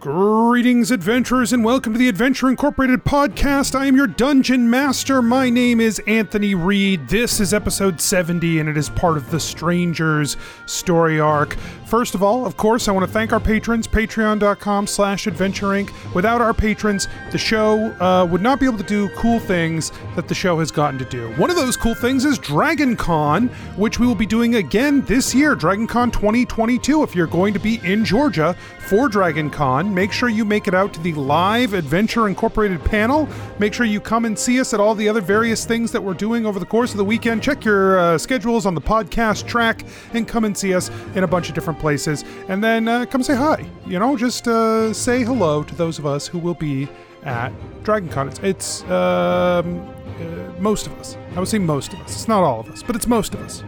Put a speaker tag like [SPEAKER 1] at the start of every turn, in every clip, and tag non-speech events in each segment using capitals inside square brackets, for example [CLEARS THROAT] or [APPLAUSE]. [SPEAKER 1] Greetings, adventurers, and welcome to the Adventure Incorporated podcast. I am your dungeon master. My name is Anthony Reed. This is episode 70, and it is part of the Strangers story arc. First of all, of course, I want to thank our patrons, patreon.com slash adventure inc. Without our patrons, the show uh, would not be able to do cool things that the show has gotten to do. One of those cool things is Dragon Con, which we will be doing again this year, Dragon Con 2022. If you're going to be in Georgia for Dragon Con, Make sure you make it out to the live Adventure Incorporated panel. Make sure you come and see us at all the other various things that we're doing over the course of the weekend. Check your uh, schedules on the podcast track and come and see us in a bunch of different places. And then uh, come say hi. You know, just uh, say hello to those of us who will be at Dragon Con. It's, it's um, uh, most of us. I would say most of us. It's not all of us, but it's most of us.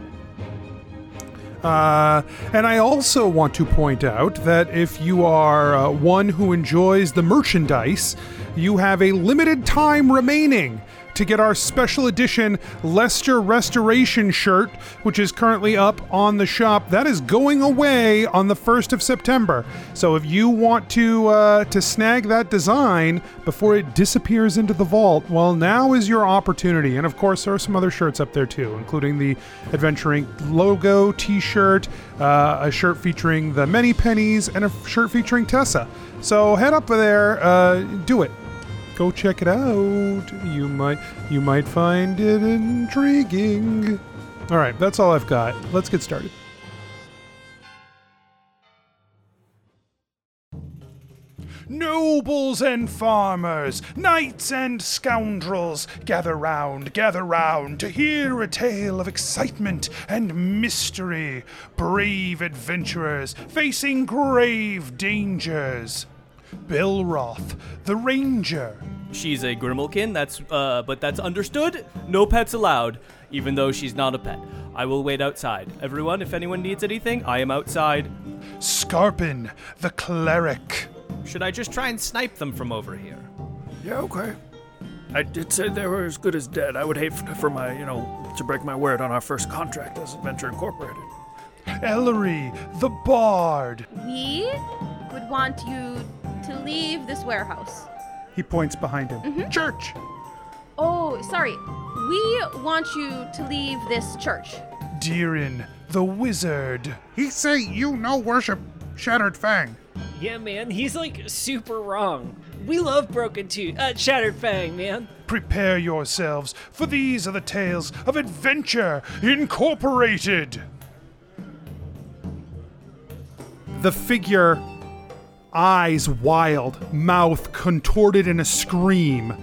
[SPEAKER 1] Uh, and I also want to point out that if you are uh, one who enjoys the merchandise, you have a limited time remaining to get our special edition Lester Restoration shirt, which is currently up on the shop. That is going away on the 1st of September. So if you want to uh, to snag that design before it disappears into the vault, well, now is your opportunity. And of course, there are some other shirts up there too, including the Adventure Inc. logo T-shirt, uh, a shirt featuring the Many Pennies, and a shirt featuring Tessa. So head up there, uh, do it go check it out. You might you might find it intriguing. All right, that's all I've got. Let's get started. Nobles and farmers, knights and scoundrels, gather round, gather round to hear a tale of excitement and mystery. Brave adventurers facing grave dangers. Bill Roth, the Ranger.
[SPEAKER 2] She's a grimalkin. That's uh, but that's understood. No pets allowed, even though she's not a pet. I will wait outside. Everyone, if anyone needs anything, I am outside.
[SPEAKER 1] Scarpin, the Cleric.
[SPEAKER 2] Should I just try and snipe them from over here?
[SPEAKER 3] Yeah, okay. I did say they were as good as dead. I would hate for, for my, you know, to break my word on our first contract as Adventure Incorporated.
[SPEAKER 1] Ellery, the Bard.
[SPEAKER 4] We would want you to leave this warehouse.
[SPEAKER 1] He points behind him. Church.
[SPEAKER 4] Oh, sorry. We want you to leave this church.
[SPEAKER 1] Deerin, the Wizard.
[SPEAKER 5] He say you no worship Shattered Fang.
[SPEAKER 6] Yeah, man, he's like super wrong. We love Broken Tooth, uh, Shattered Fang, man.
[SPEAKER 1] Prepare yourselves, for these are the tales of Adventure Incorporated. The figure eyes wild, mouth contorted in a scream,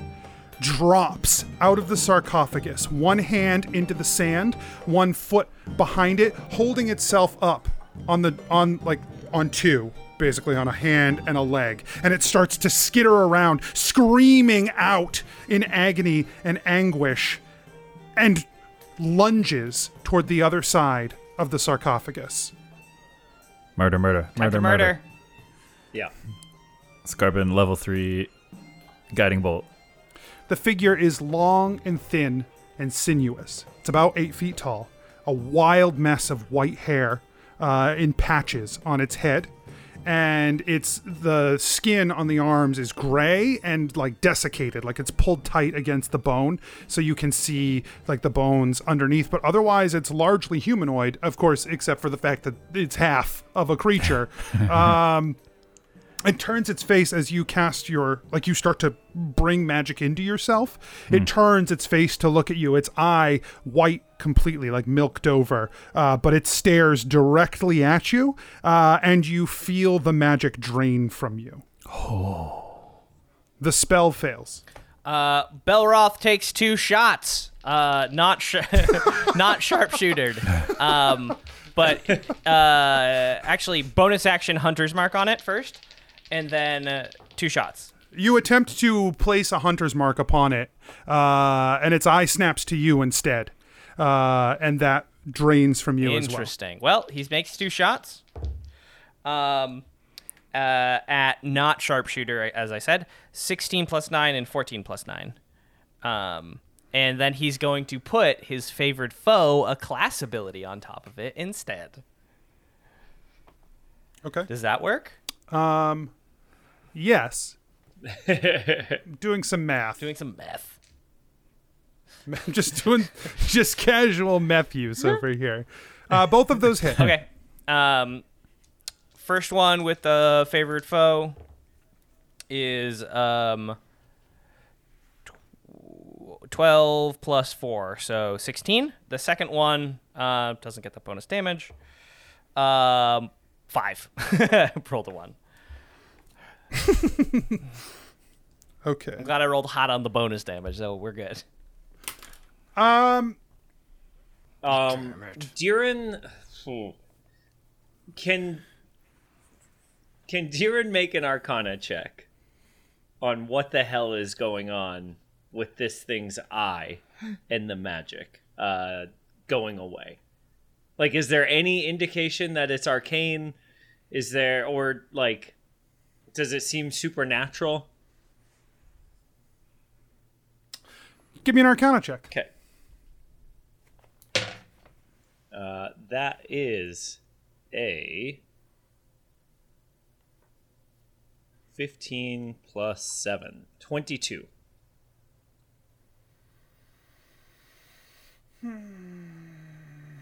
[SPEAKER 1] drops out of the sarcophagus, one hand into the sand, one foot behind it, holding itself up on the on like on two, basically on a hand and a leg, and it starts to skitter around, screaming out in agony and anguish, and lunges toward the other side of the sarcophagus.
[SPEAKER 7] Murder, murder, murder, murder.
[SPEAKER 8] Yeah.
[SPEAKER 7] Scarpin level three, guiding bolt.
[SPEAKER 1] The figure is long and thin and sinuous. It's about eight feet tall, a wild mess of white hair uh, in patches on its head. And it's the skin on the arms is gray and like desiccated, like it's pulled tight against the bone, so you can see like the bones underneath. But otherwise, it's largely humanoid, of course, except for the fact that it's half of a creature. um, it turns its face as you cast your like you start to bring magic into yourself it turns its face to look at you its eye white completely like milked over uh, but it stares directly at you uh, and you feel the magic drain from you oh the spell fails
[SPEAKER 9] Uh, Belroth takes two shots. Uh, not sh- [LAUGHS] not sharpshootered. Um, but uh, actually, bonus action hunter's mark on it first, and then uh, two shots.
[SPEAKER 1] you attempt to place a hunter's mark upon it, uh, and its eye snaps to you instead, uh, and that drains from you as well.
[SPEAKER 9] Interesting. Well. he makes two shots. Um, uh, at not sharpshooter, as I said, sixteen plus nine and fourteen plus nine. Um, and then he's going to put his favored foe, a class ability, on top of it instead.
[SPEAKER 1] Okay.
[SPEAKER 9] Does that work?
[SPEAKER 1] Um,
[SPEAKER 9] [LAUGHS]
[SPEAKER 1] Yes. doing some math.
[SPEAKER 9] Doing some meth.
[SPEAKER 1] I'm [LAUGHS] just
[SPEAKER 9] [LAUGHS]
[SPEAKER 1] doing just casual meth use over here. Uh, both of those hit.
[SPEAKER 9] [LAUGHS] Okay. Um, first one with the favorite foe is um, tw- 12 plus 4, so 16. The second one uh, doesn't get the bonus damage. Um, 5. [LAUGHS] rolled a 1.
[SPEAKER 1] Okay.
[SPEAKER 9] Glad I rolled hot on the bonus damage, so we're good.
[SPEAKER 1] Um.
[SPEAKER 6] Um, Durin, [SIGHS] hmm. can can Durin make an Arcana check on what the hell is going on with this thing's eye and the magic uh, going away? Like, is there any indication that it's arcane? Is there, or like, does it seem supernatural?
[SPEAKER 1] Give me an Arcana check.
[SPEAKER 6] Okay. Uh, that is a 15 plus 7. 22.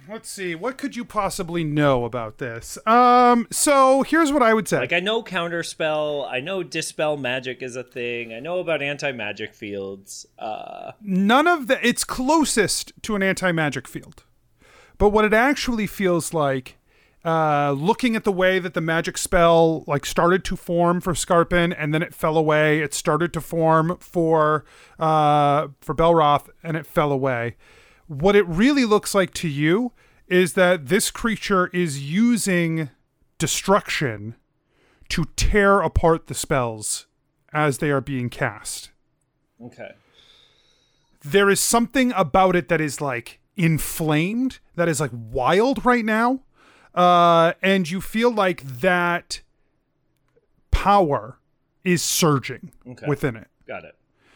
[SPEAKER 1] Let's see. What could you possibly know about this? Um. So here's what I would say.
[SPEAKER 6] Like, I know counterspell. I know dispel magic is a thing. I know about anti magic fields. Uh,
[SPEAKER 1] none of the it's closest to an anti-magic field but what it actually feels like uh, looking at the way that the magic spell like started to form for Scarpin and then it fell away it started to form for uh, for Belroth and it fell away what it really looks like to you is that this creature is using destruction to tear apart the spells as they are being cast
[SPEAKER 6] okay.
[SPEAKER 1] there is something about it that is like inflamed that is like wild right now uh and you feel like that power is surging
[SPEAKER 6] Okay.
[SPEAKER 1] within it
[SPEAKER 6] Got it.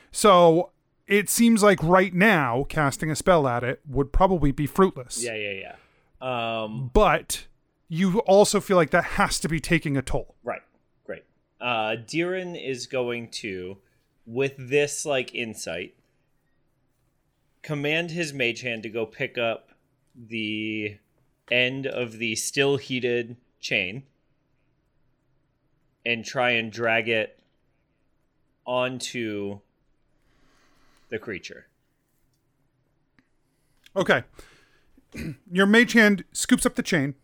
[SPEAKER 1] so it seems like right now casting a spell at it would probably be fruitless
[SPEAKER 6] Yeah, yeah, yeah. Um,
[SPEAKER 1] but you also feel like that has to be taking a toll
[SPEAKER 6] Right. Great. Uh, Diren is going to, with this like insight, command his mage hand to go pick up the end of the still heated chain and try and drag it onto the creature.
[SPEAKER 1] Okay. [CLEARS THROAT] Your mage hand scoops up the chain.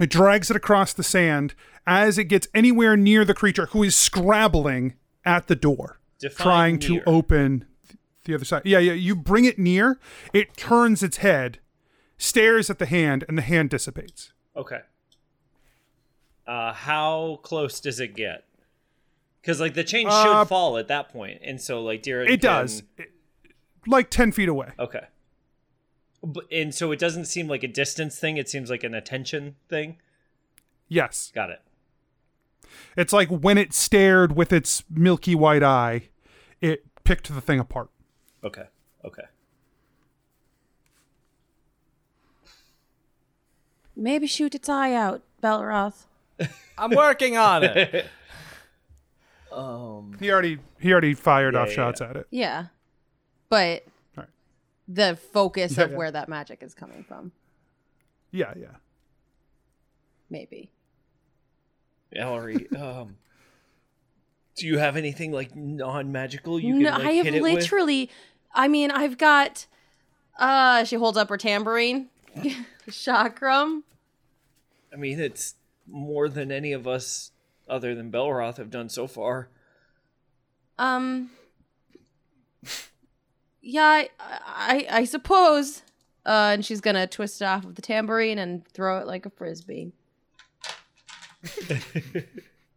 [SPEAKER 1] It drags it across the sand as it gets anywhere near the creature who is scrabbling at the door,
[SPEAKER 6] Define
[SPEAKER 1] trying
[SPEAKER 6] near.
[SPEAKER 1] to open the other side. Yeah, yeah. You bring it near, it turns its head, stares at the hand, and the hand dissipates.
[SPEAKER 6] Okay. Uh, how close does it get? Because like the chain
[SPEAKER 1] Uh,
[SPEAKER 6] should fall at that point, and so like Diren
[SPEAKER 1] It does. It- like 10 feet away.
[SPEAKER 6] Okay. But, and so it doesn't seem like a distance thing. It seems like an attention thing.
[SPEAKER 1] Yes.
[SPEAKER 6] Got it.
[SPEAKER 1] It's like when it stared with its milky white eye, it picked the thing apart.
[SPEAKER 6] Okay. Okay.
[SPEAKER 8] Maybe shoot its eye out, Belroth.
[SPEAKER 9] I'm working on it.
[SPEAKER 1] He already he already fired off
[SPEAKER 6] yeah,
[SPEAKER 1] shots at it.
[SPEAKER 8] Yeah. But
[SPEAKER 1] Alright.
[SPEAKER 8] the focus
[SPEAKER 1] Yeah,
[SPEAKER 8] of
[SPEAKER 1] yeah.
[SPEAKER 8] where that magic is coming from,
[SPEAKER 1] Yeah, yeah.
[SPEAKER 8] maybe.
[SPEAKER 6] Ellery, um, do you have anything like non-magical you can
[SPEAKER 8] No,
[SPEAKER 6] like,
[SPEAKER 8] I have
[SPEAKER 6] hit it with?
[SPEAKER 8] literally. I mean, I've got. Uh, she holds up her tambourine, [LAUGHS] chakram.
[SPEAKER 6] I mean, it's more than any of us other than Belroth have done so far.
[SPEAKER 8] Um. Yeah, I, I, I suppose. Uh, and she's gonna twist it off of the tambourine and throw it like a frisbee.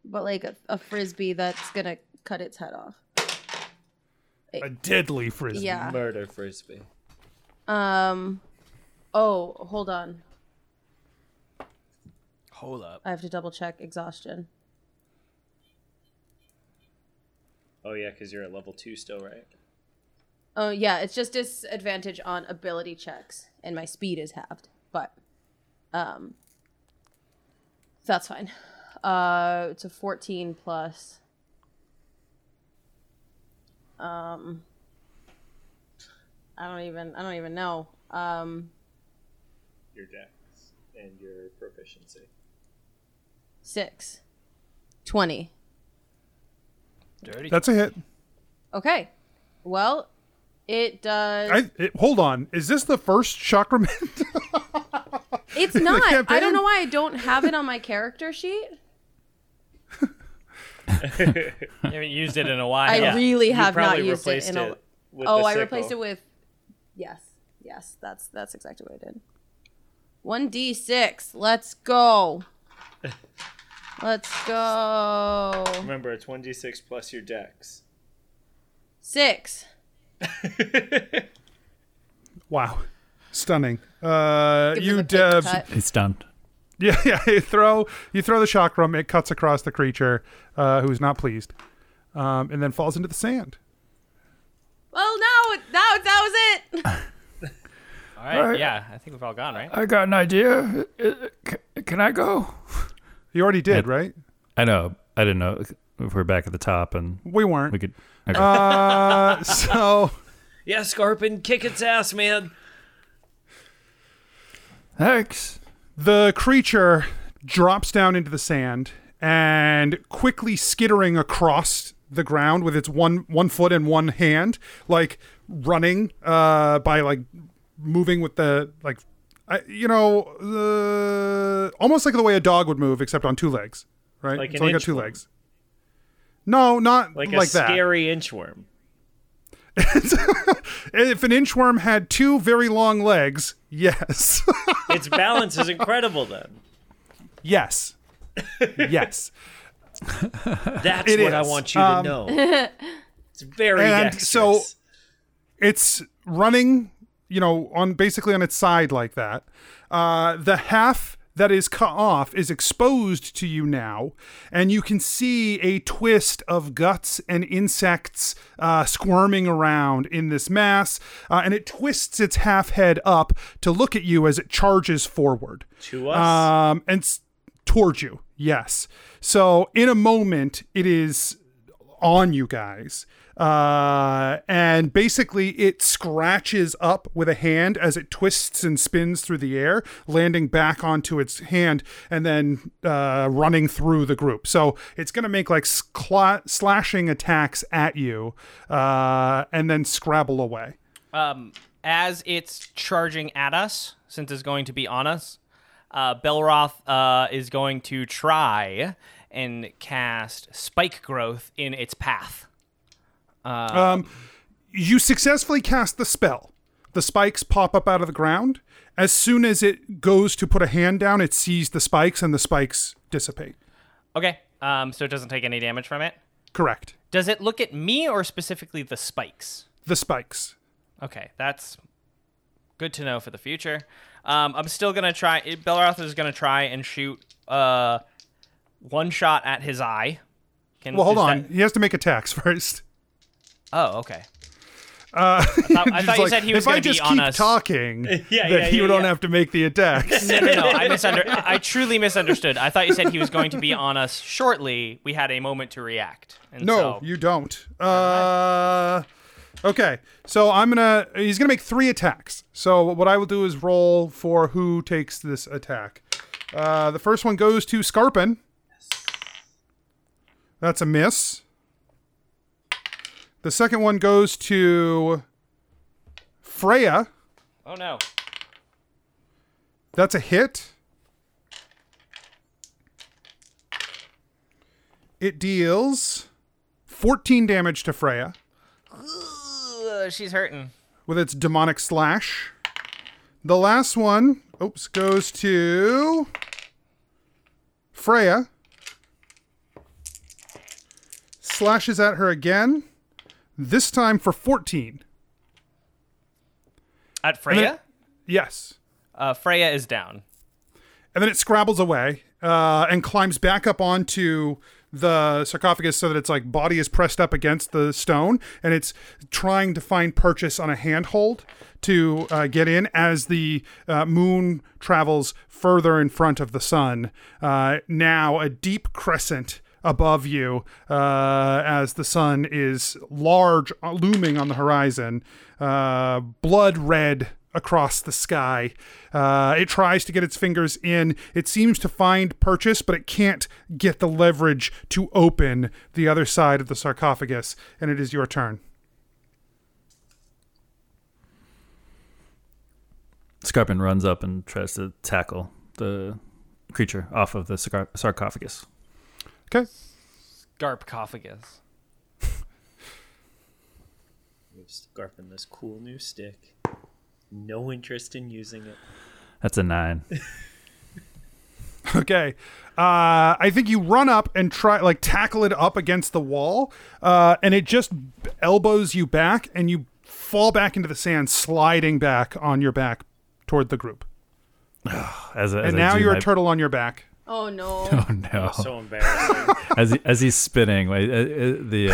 [SPEAKER 8] but like a, a frisbee that's gonna cut its head off.
[SPEAKER 1] A deadly frisbee.
[SPEAKER 8] Yeah.
[SPEAKER 6] Murder frisbee.
[SPEAKER 8] Um. Oh, hold on.
[SPEAKER 9] Hold up.
[SPEAKER 8] I have to double check exhaustion.
[SPEAKER 6] Oh yeah, because you're at level two still, right?
[SPEAKER 8] Oh yeah, it's just disadvantage on ability checks, and my speed is halved. But, um, that's fine. Uh, it's a fourteen plus Um, I don't even. I don't even know. Um,
[SPEAKER 6] Your dex and your proficiency.
[SPEAKER 8] six. 20.
[SPEAKER 9] Dirty.
[SPEAKER 1] That's a hit.
[SPEAKER 8] Okay. Well, it does.
[SPEAKER 1] I, it, hold on. Is this the first chakra? man- [LAUGHS]
[SPEAKER 8] it's not. I
[SPEAKER 1] campaign?
[SPEAKER 8] don't know why I don't have it on my character sheet.
[SPEAKER 9] [LAUGHS] you haven't used it in a while.
[SPEAKER 8] I really have not
[SPEAKER 6] probably
[SPEAKER 8] used it
[SPEAKER 6] replaced
[SPEAKER 8] in a.
[SPEAKER 6] it with
[SPEAKER 8] oh,
[SPEAKER 6] the
[SPEAKER 8] I replaced it
[SPEAKER 6] sickle.
[SPEAKER 8] with. Yes, yes, that's that's exactly what I did. One d six. Let's go. Let's go.
[SPEAKER 6] Remember, it's one d six plus your dex.
[SPEAKER 8] Six.
[SPEAKER 1] [LAUGHS] wow, stunning. Uh,
[SPEAKER 8] Give
[SPEAKER 1] you
[SPEAKER 8] them a big
[SPEAKER 1] dev.
[SPEAKER 8] cut.
[SPEAKER 7] It's done.
[SPEAKER 1] Yeah, [LAUGHS] yeah. You throw you throw the chakram. It cuts across the creature, uh, who's not pleased, um, and then falls into the sand.
[SPEAKER 8] Well, no, it- that that was
[SPEAKER 1] [LAUGHS]
[SPEAKER 8] it.
[SPEAKER 9] All right.
[SPEAKER 3] right.
[SPEAKER 9] Yeah, I think we've all gone, right?
[SPEAKER 3] I got an idea. I- I- c- Can I go?
[SPEAKER 1] You already did,
[SPEAKER 7] Yeah.
[SPEAKER 1] right?
[SPEAKER 7] I know. I didn't know if we're back at the top and
[SPEAKER 1] We weren't.
[SPEAKER 7] we could. Okay.
[SPEAKER 1] Uh, [LAUGHS] so
[SPEAKER 6] Yeah, Scarpin, kick its ass, man.
[SPEAKER 3] Thanks.
[SPEAKER 1] the creature drops down into the sand and quickly skittering across the ground with its one one foot and one hand, like running uh, by like moving with the like I, you know the almost like the way a dog would move except on two legs, right?
[SPEAKER 6] Like
[SPEAKER 1] it's
[SPEAKER 6] an
[SPEAKER 1] only got two
[SPEAKER 6] inchworm.
[SPEAKER 1] legs. No, not
[SPEAKER 6] Like
[SPEAKER 1] like,
[SPEAKER 6] a
[SPEAKER 1] that.
[SPEAKER 6] scary inchworm.
[SPEAKER 1] if an inchworm had two very long legs, yes. [LAUGHS]
[SPEAKER 6] Its balance is incredible. Then
[SPEAKER 1] yes. yes.
[SPEAKER 6] [LAUGHS] that's
[SPEAKER 1] It
[SPEAKER 6] what I
[SPEAKER 1] is. Um,
[SPEAKER 6] want you to know.
[SPEAKER 8] [LAUGHS]
[SPEAKER 6] It's very
[SPEAKER 1] and
[SPEAKER 6] dexterous.
[SPEAKER 1] so- it's running you know on basically on its side like that uh the half that is cut off is exposed to you now and you can see a twist of guts and insects uh, squirming around in this mass uh, and it twists its half head up to look at you as it charges forward
[SPEAKER 6] to us,
[SPEAKER 1] um, and s- towards you. Yes. So in a moment, it is on you guys. Uh, and basically, it scratches up with a hand as it twists and spins through the air, landing back onto its hand and then uh, running through the group. So it's going to make like scla- slashing attacks at you uh, and then scrabble away.
[SPEAKER 9] Um, as it's charging at us, since it's going to be on us, uh, Belroth uh, is going to try and cast spike growth in its path.
[SPEAKER 1] you successfully cast the spell. The spikes pop up out of the ground. As soon as it goes to put a hand down, it sees the spikes and the spikes dissipate.
[SPEAKER 9] Okay, um, so it doesn't take any damage from it.
[SPEAKER 1] Correct.
[SPEAKER 9] Does it look at me or specifically the spikes?
[SPEAKER 1] The spikes.
[SPEAKER 9] Okay, that's good to know for the future. Um, I'm still gonna try. Belroth is gonna try and shoot uh, one shot at his eye. Can,
[SPEAKER 1] Well, hold
[SPEAKER 9] is
[SPEAKER 1] on.
[SPEAKER 9] that-
[SPEAKER 1] He has to make attacks [LAUGHS] first.
[SPEAKER 9] oh, okay.
[SPEAKER 1] Uh,
[SPEAKER 9] I thought,
[SPEAKER 1] [LAUGHS]
[SPEAKER 9] I
[SPEAKER 1] just
[SPEAKER 9] thought you
[SPEAKER 1] like,
[SPEAKER 9] said he was
[SPEAKER 1] if I
[SPEAKER 9] gonna be
[SPEAKER 1] just
[SPEAKER 9] on
[SPEAKER 1] keep
[SPEAKER 9] us. [LAUGHS]
[SPEAKER 1] talking,
[SPEAKER 6] Yeah,
[SPEAKER 1] then
[SPEAKER 6] yeah,
[SPEAKER 1] you
[SPEAKER 6] yeah,
[SPEAKER 1] don't
[SPEAKER 6] yeah.
[SPEAKER 1] have to make the attacks.
[SPEAKER 9] no, no, no. I misunder- I I truly misunderstood. I thought you said he was going to be on us shortly. We had a moment to react. And
[SPEAKER 1] no,
[SPEAKER 9] so,
[SPEAKER 1] you don't. Uh, okay, so I'm gonna. He's gonna make three attacks. So what I will do is roll for who takes this attack. Uh, the first one goes to Scarpin. That's a miss. The second one goes to Freya.
[SPEAKER 9] Oh no.
[SPEAKER 1] That's a hit. It deals 14 damage to Freya
[SPEAKER 9] Ugh, she's hurting.
[SPEAKER 1] with its demonic slash. The last one, oops, goes to Freya. Slashes at her again. This time for 14.
[SPEAKER 9] At Freya.
[SPEAKER 1] Yes.
[SPEAKER 9] Uh, Freya is down.
[SPEAKER 1] and then it scrabbles away uh, and climbs back up onto the sarcophagus so that its like body is pressed up against the stone and it's trying to find purchase on a handhold to uh, get in as the uh, moon travels further in front of the sun uh, now a deep crescent above you uh, as the sun is large, uh, looming on the horizon, uh, blood red across the sky. Uh, it tries to get its fingers in. It seems to find purchase, but it can't get the leverage to open the other side of the sarcophagus. And it is your turn.
[SPEAKER 7] Scarpin runs up and tries to tackle the creature off of the sarco- sarcophagus.
[SPEAKER 1] Okay.
[SPEAKER 9] Garpcophagus.
[SPEAKER 6] We've scarping this cool new stick. No interest in using it.
[SPEAKER 7] That's
[SPEAKER 1] [LAUGHS]
[SPEAKER 7] a nine.
[SPEAKER 1] Okay. Uh, I think you run up and try, like, tackle it up against the wall, uh, and it just b- elbows you back, and you fall back into the sand, sliding back on your back toward the group.
[SPEAKER 7] As, a, as
[SPEAKER 1] And
[SPEAKER 7] I
[SPEAKER 1] now
[SPEAKER 7] do
[SPEAKER 1] you're
[SPEAKER 7] my-
[SPEAKER 1] a turtle on your back.
[SPEAKER 8] Oh no.
[SPEAKER 7] [LAUGHS] Oh no!
[SPEAKER 6] So embarrassing.
[SPEAKER 7] as he, as he's spinning, like, uh, uh, the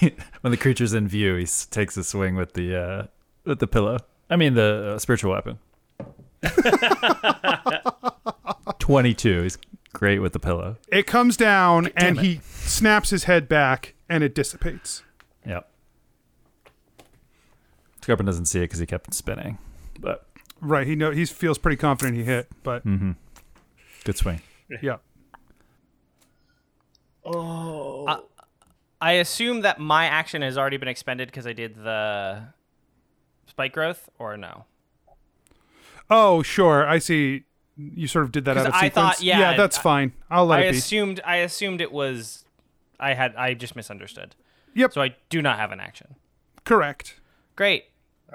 [SPEAKER 7] uh, [LAUGHS] when the creature's in view, he s- takes a swing with the uh, with the pillow. I mean the uh, spiritual weapon. [LAUGHS] Twenty-two. He's great with the pillow.
[SPEAKER 1] It comes down, and he snaps his head back, and it dissipates.
[SPEAKER 7] Yep. Scarpin doesn't see it because he kept spinning, but
[SPEAKER 1] Right. He know he feels pretty confident he hit, but
[SPEAKER 7] Hmm. good swing.
[SPEAKER 1] yeah.
[SPEAKER 9] I assume that my action has already been expended because I did the spike growth, or no?
[SPEAKER 1] Oh, sure. I see. You sort of did that out
[SPEAKER 9] 'Cause
[SPEAKER 1] of
[SPEAKER 9] I
[SPEAKER 1] sequence.
[SPEAKER 9] thought- yeah,
[SPEAKER 1] yeah, that's
[SPEAKER 9] I-
[SPEAKER 1] fine. I'll let
[SPEAKER 9] I
[SPEAKER 1] it be.
[SPEAKER 9] assumed. I assumed it was. I had. I just misunderstood.
[SPEAKER 1] Yep.
[SPEAKER 9] So I do not have an action.
[SPEAKER 1] Correct.
[SPEAKER 9] Great.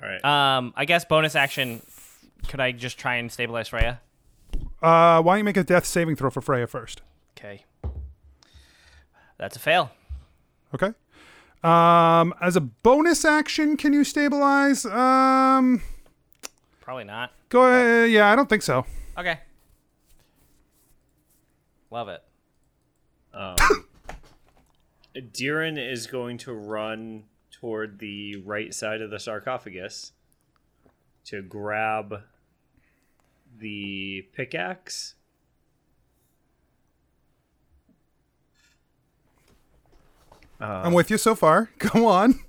[SPEAKER 6] All right.
[SPEAKER 9] Um, I guess bonus action. Could I just try and stabilize Freya?
[SPEAKER 1] Uh, why don't you make a death saving throw for Freya first?
[SPEAKER 9] Okay. That's a fail.
[SPEAKER 1] Okay. Um, as a bonus action, can you stabilize? Um,
[SPEAKER 9] Probably not.
[SPEAKER 1] go ahead. Yeah, I don't think so.
[SPEAKER 9] Okay. Love it.
[SPEAKER 6] Diran is going to run toward the right side of the sarcophagus to grab the pickaxe.
[SPEAKER 1] I'm with you so far. [LAUGHS] Go on.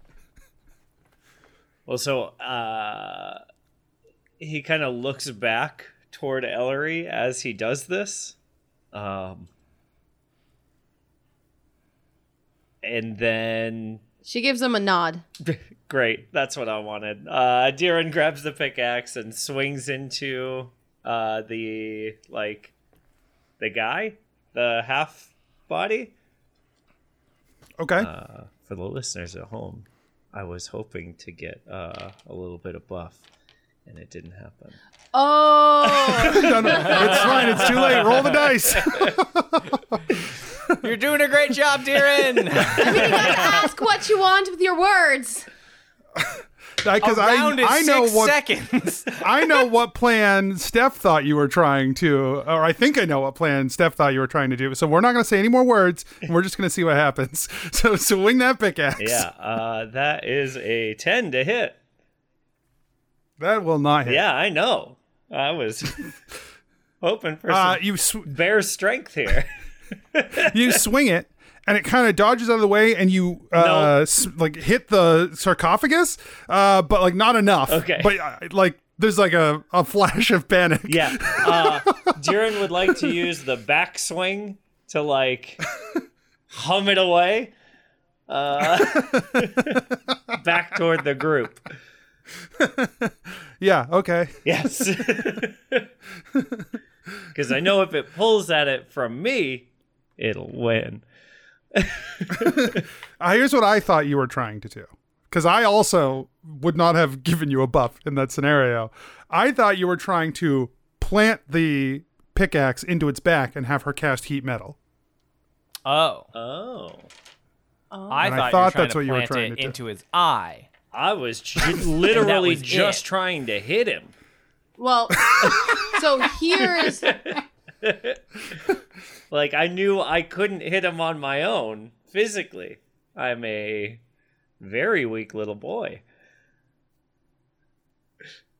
[SPEAKER 6] Well, so uh, he kind of looks back toward Ellery as he does this, um, and then
[SPEAKER 8] She gives him a nod.
[SPEAKER 6] Great, that's what I wanted. Uh, Diran grabs the pickaxe and swings into uh, the like the guy, the half body.
[SPEAKER 1] Okay.
[SPEAKER 6] For the listeners at home, I was hoping to get uh, a little bit of buff, and it didn't happen.
[SPEAKER 8] Oh,
[SPEAKER 1] [LAUGHS] No, no, it's fine. It's too late. Roll the dice.
[SPEAKER 9] You're doing a great job, [LAUGHS] Darren.
[SPEAKER 8] you gotta ask what you want with your words.
[SPEAKER 1] Because I,
[SPEAKER 9] Round is
[SPEAKER 1] I know
[SPEAKER 9] six
[SPEAKER 1] what
[SPEAKER 9] seconds.
[SPEAKER 1] I know what plan Steph thought you were trying to, or I think I know what plan Steph thought you were trying to do. So we're not going to say any more words. And we're just going to see what happens. [LAUGHS] So swing that pickaxe.
[SPEAKER 6] Yeah, uh, that is a ten to hit.
[SPEAKER 1] That will not hit.
[SPEAKER 6] Yeah, I know. I [LAUGHS] was hoping for some
[SPEAKER 1] Uh, you sw-
[SPEAKER 6] bare strength here. [LAUGHS]
[SPEAKER 1] you swing it and it kind of dodges out of the way and you uh
[SPEAKER 6] No.
[SPEAKER 1] s- like hit the sarcophagus uh but like not enough
[SPEAKER 6] Okay.
[SPEAKER 1] but uh, like there's like a, a flash of panic
[SPEAKER 6] [LAUGHS] Yeah. Uh, Duran would like to use the backswing to like hum it away [LAUGHS] uh, back toward the group.
[SPEAKER 1] yeah okay
[SPEAKER 6] Yes. [LAUGHS] Because I know if it pulls at it from me, it'll win.
[SPEAKER 1] uh, here's what i thought you were trying to do because i also would not have [LAUGHS] given you a buff in that scenario i thought you were trying to plant the pickaxe into its back and have her cast heat metal
[SPEAKER 9] [LAUGHS] oh,
[SPEAKER 6] Oh.
[SPEAKER 9] I
[SPEAKER 1] And I
[SPEAKER 9] thought,
[SPEAKER 1] thought
[SPEAKER 9] you were
[SPEAKER 1] that's what you were
[SPEAKER 9] trying to plant
[SPEAKER 1] trying to
[SPEAKER 9] it
[SPEAKER 1] do.
[SPEAKER 9] into his eye.
[SPEAKER 6] I was [LAUGHS] ju- literally
[SPEAKER 9] was
[SPEAKER 6] just
[SPEAKER 9] it.
[SPEAKER 6] trying to hit him.
[SPEAKER 8] Well, [LAUGHS] so here's
[SPEAKER 6] Like, I knew I couldn't hit him on my own physically. I'm a very weak little boy.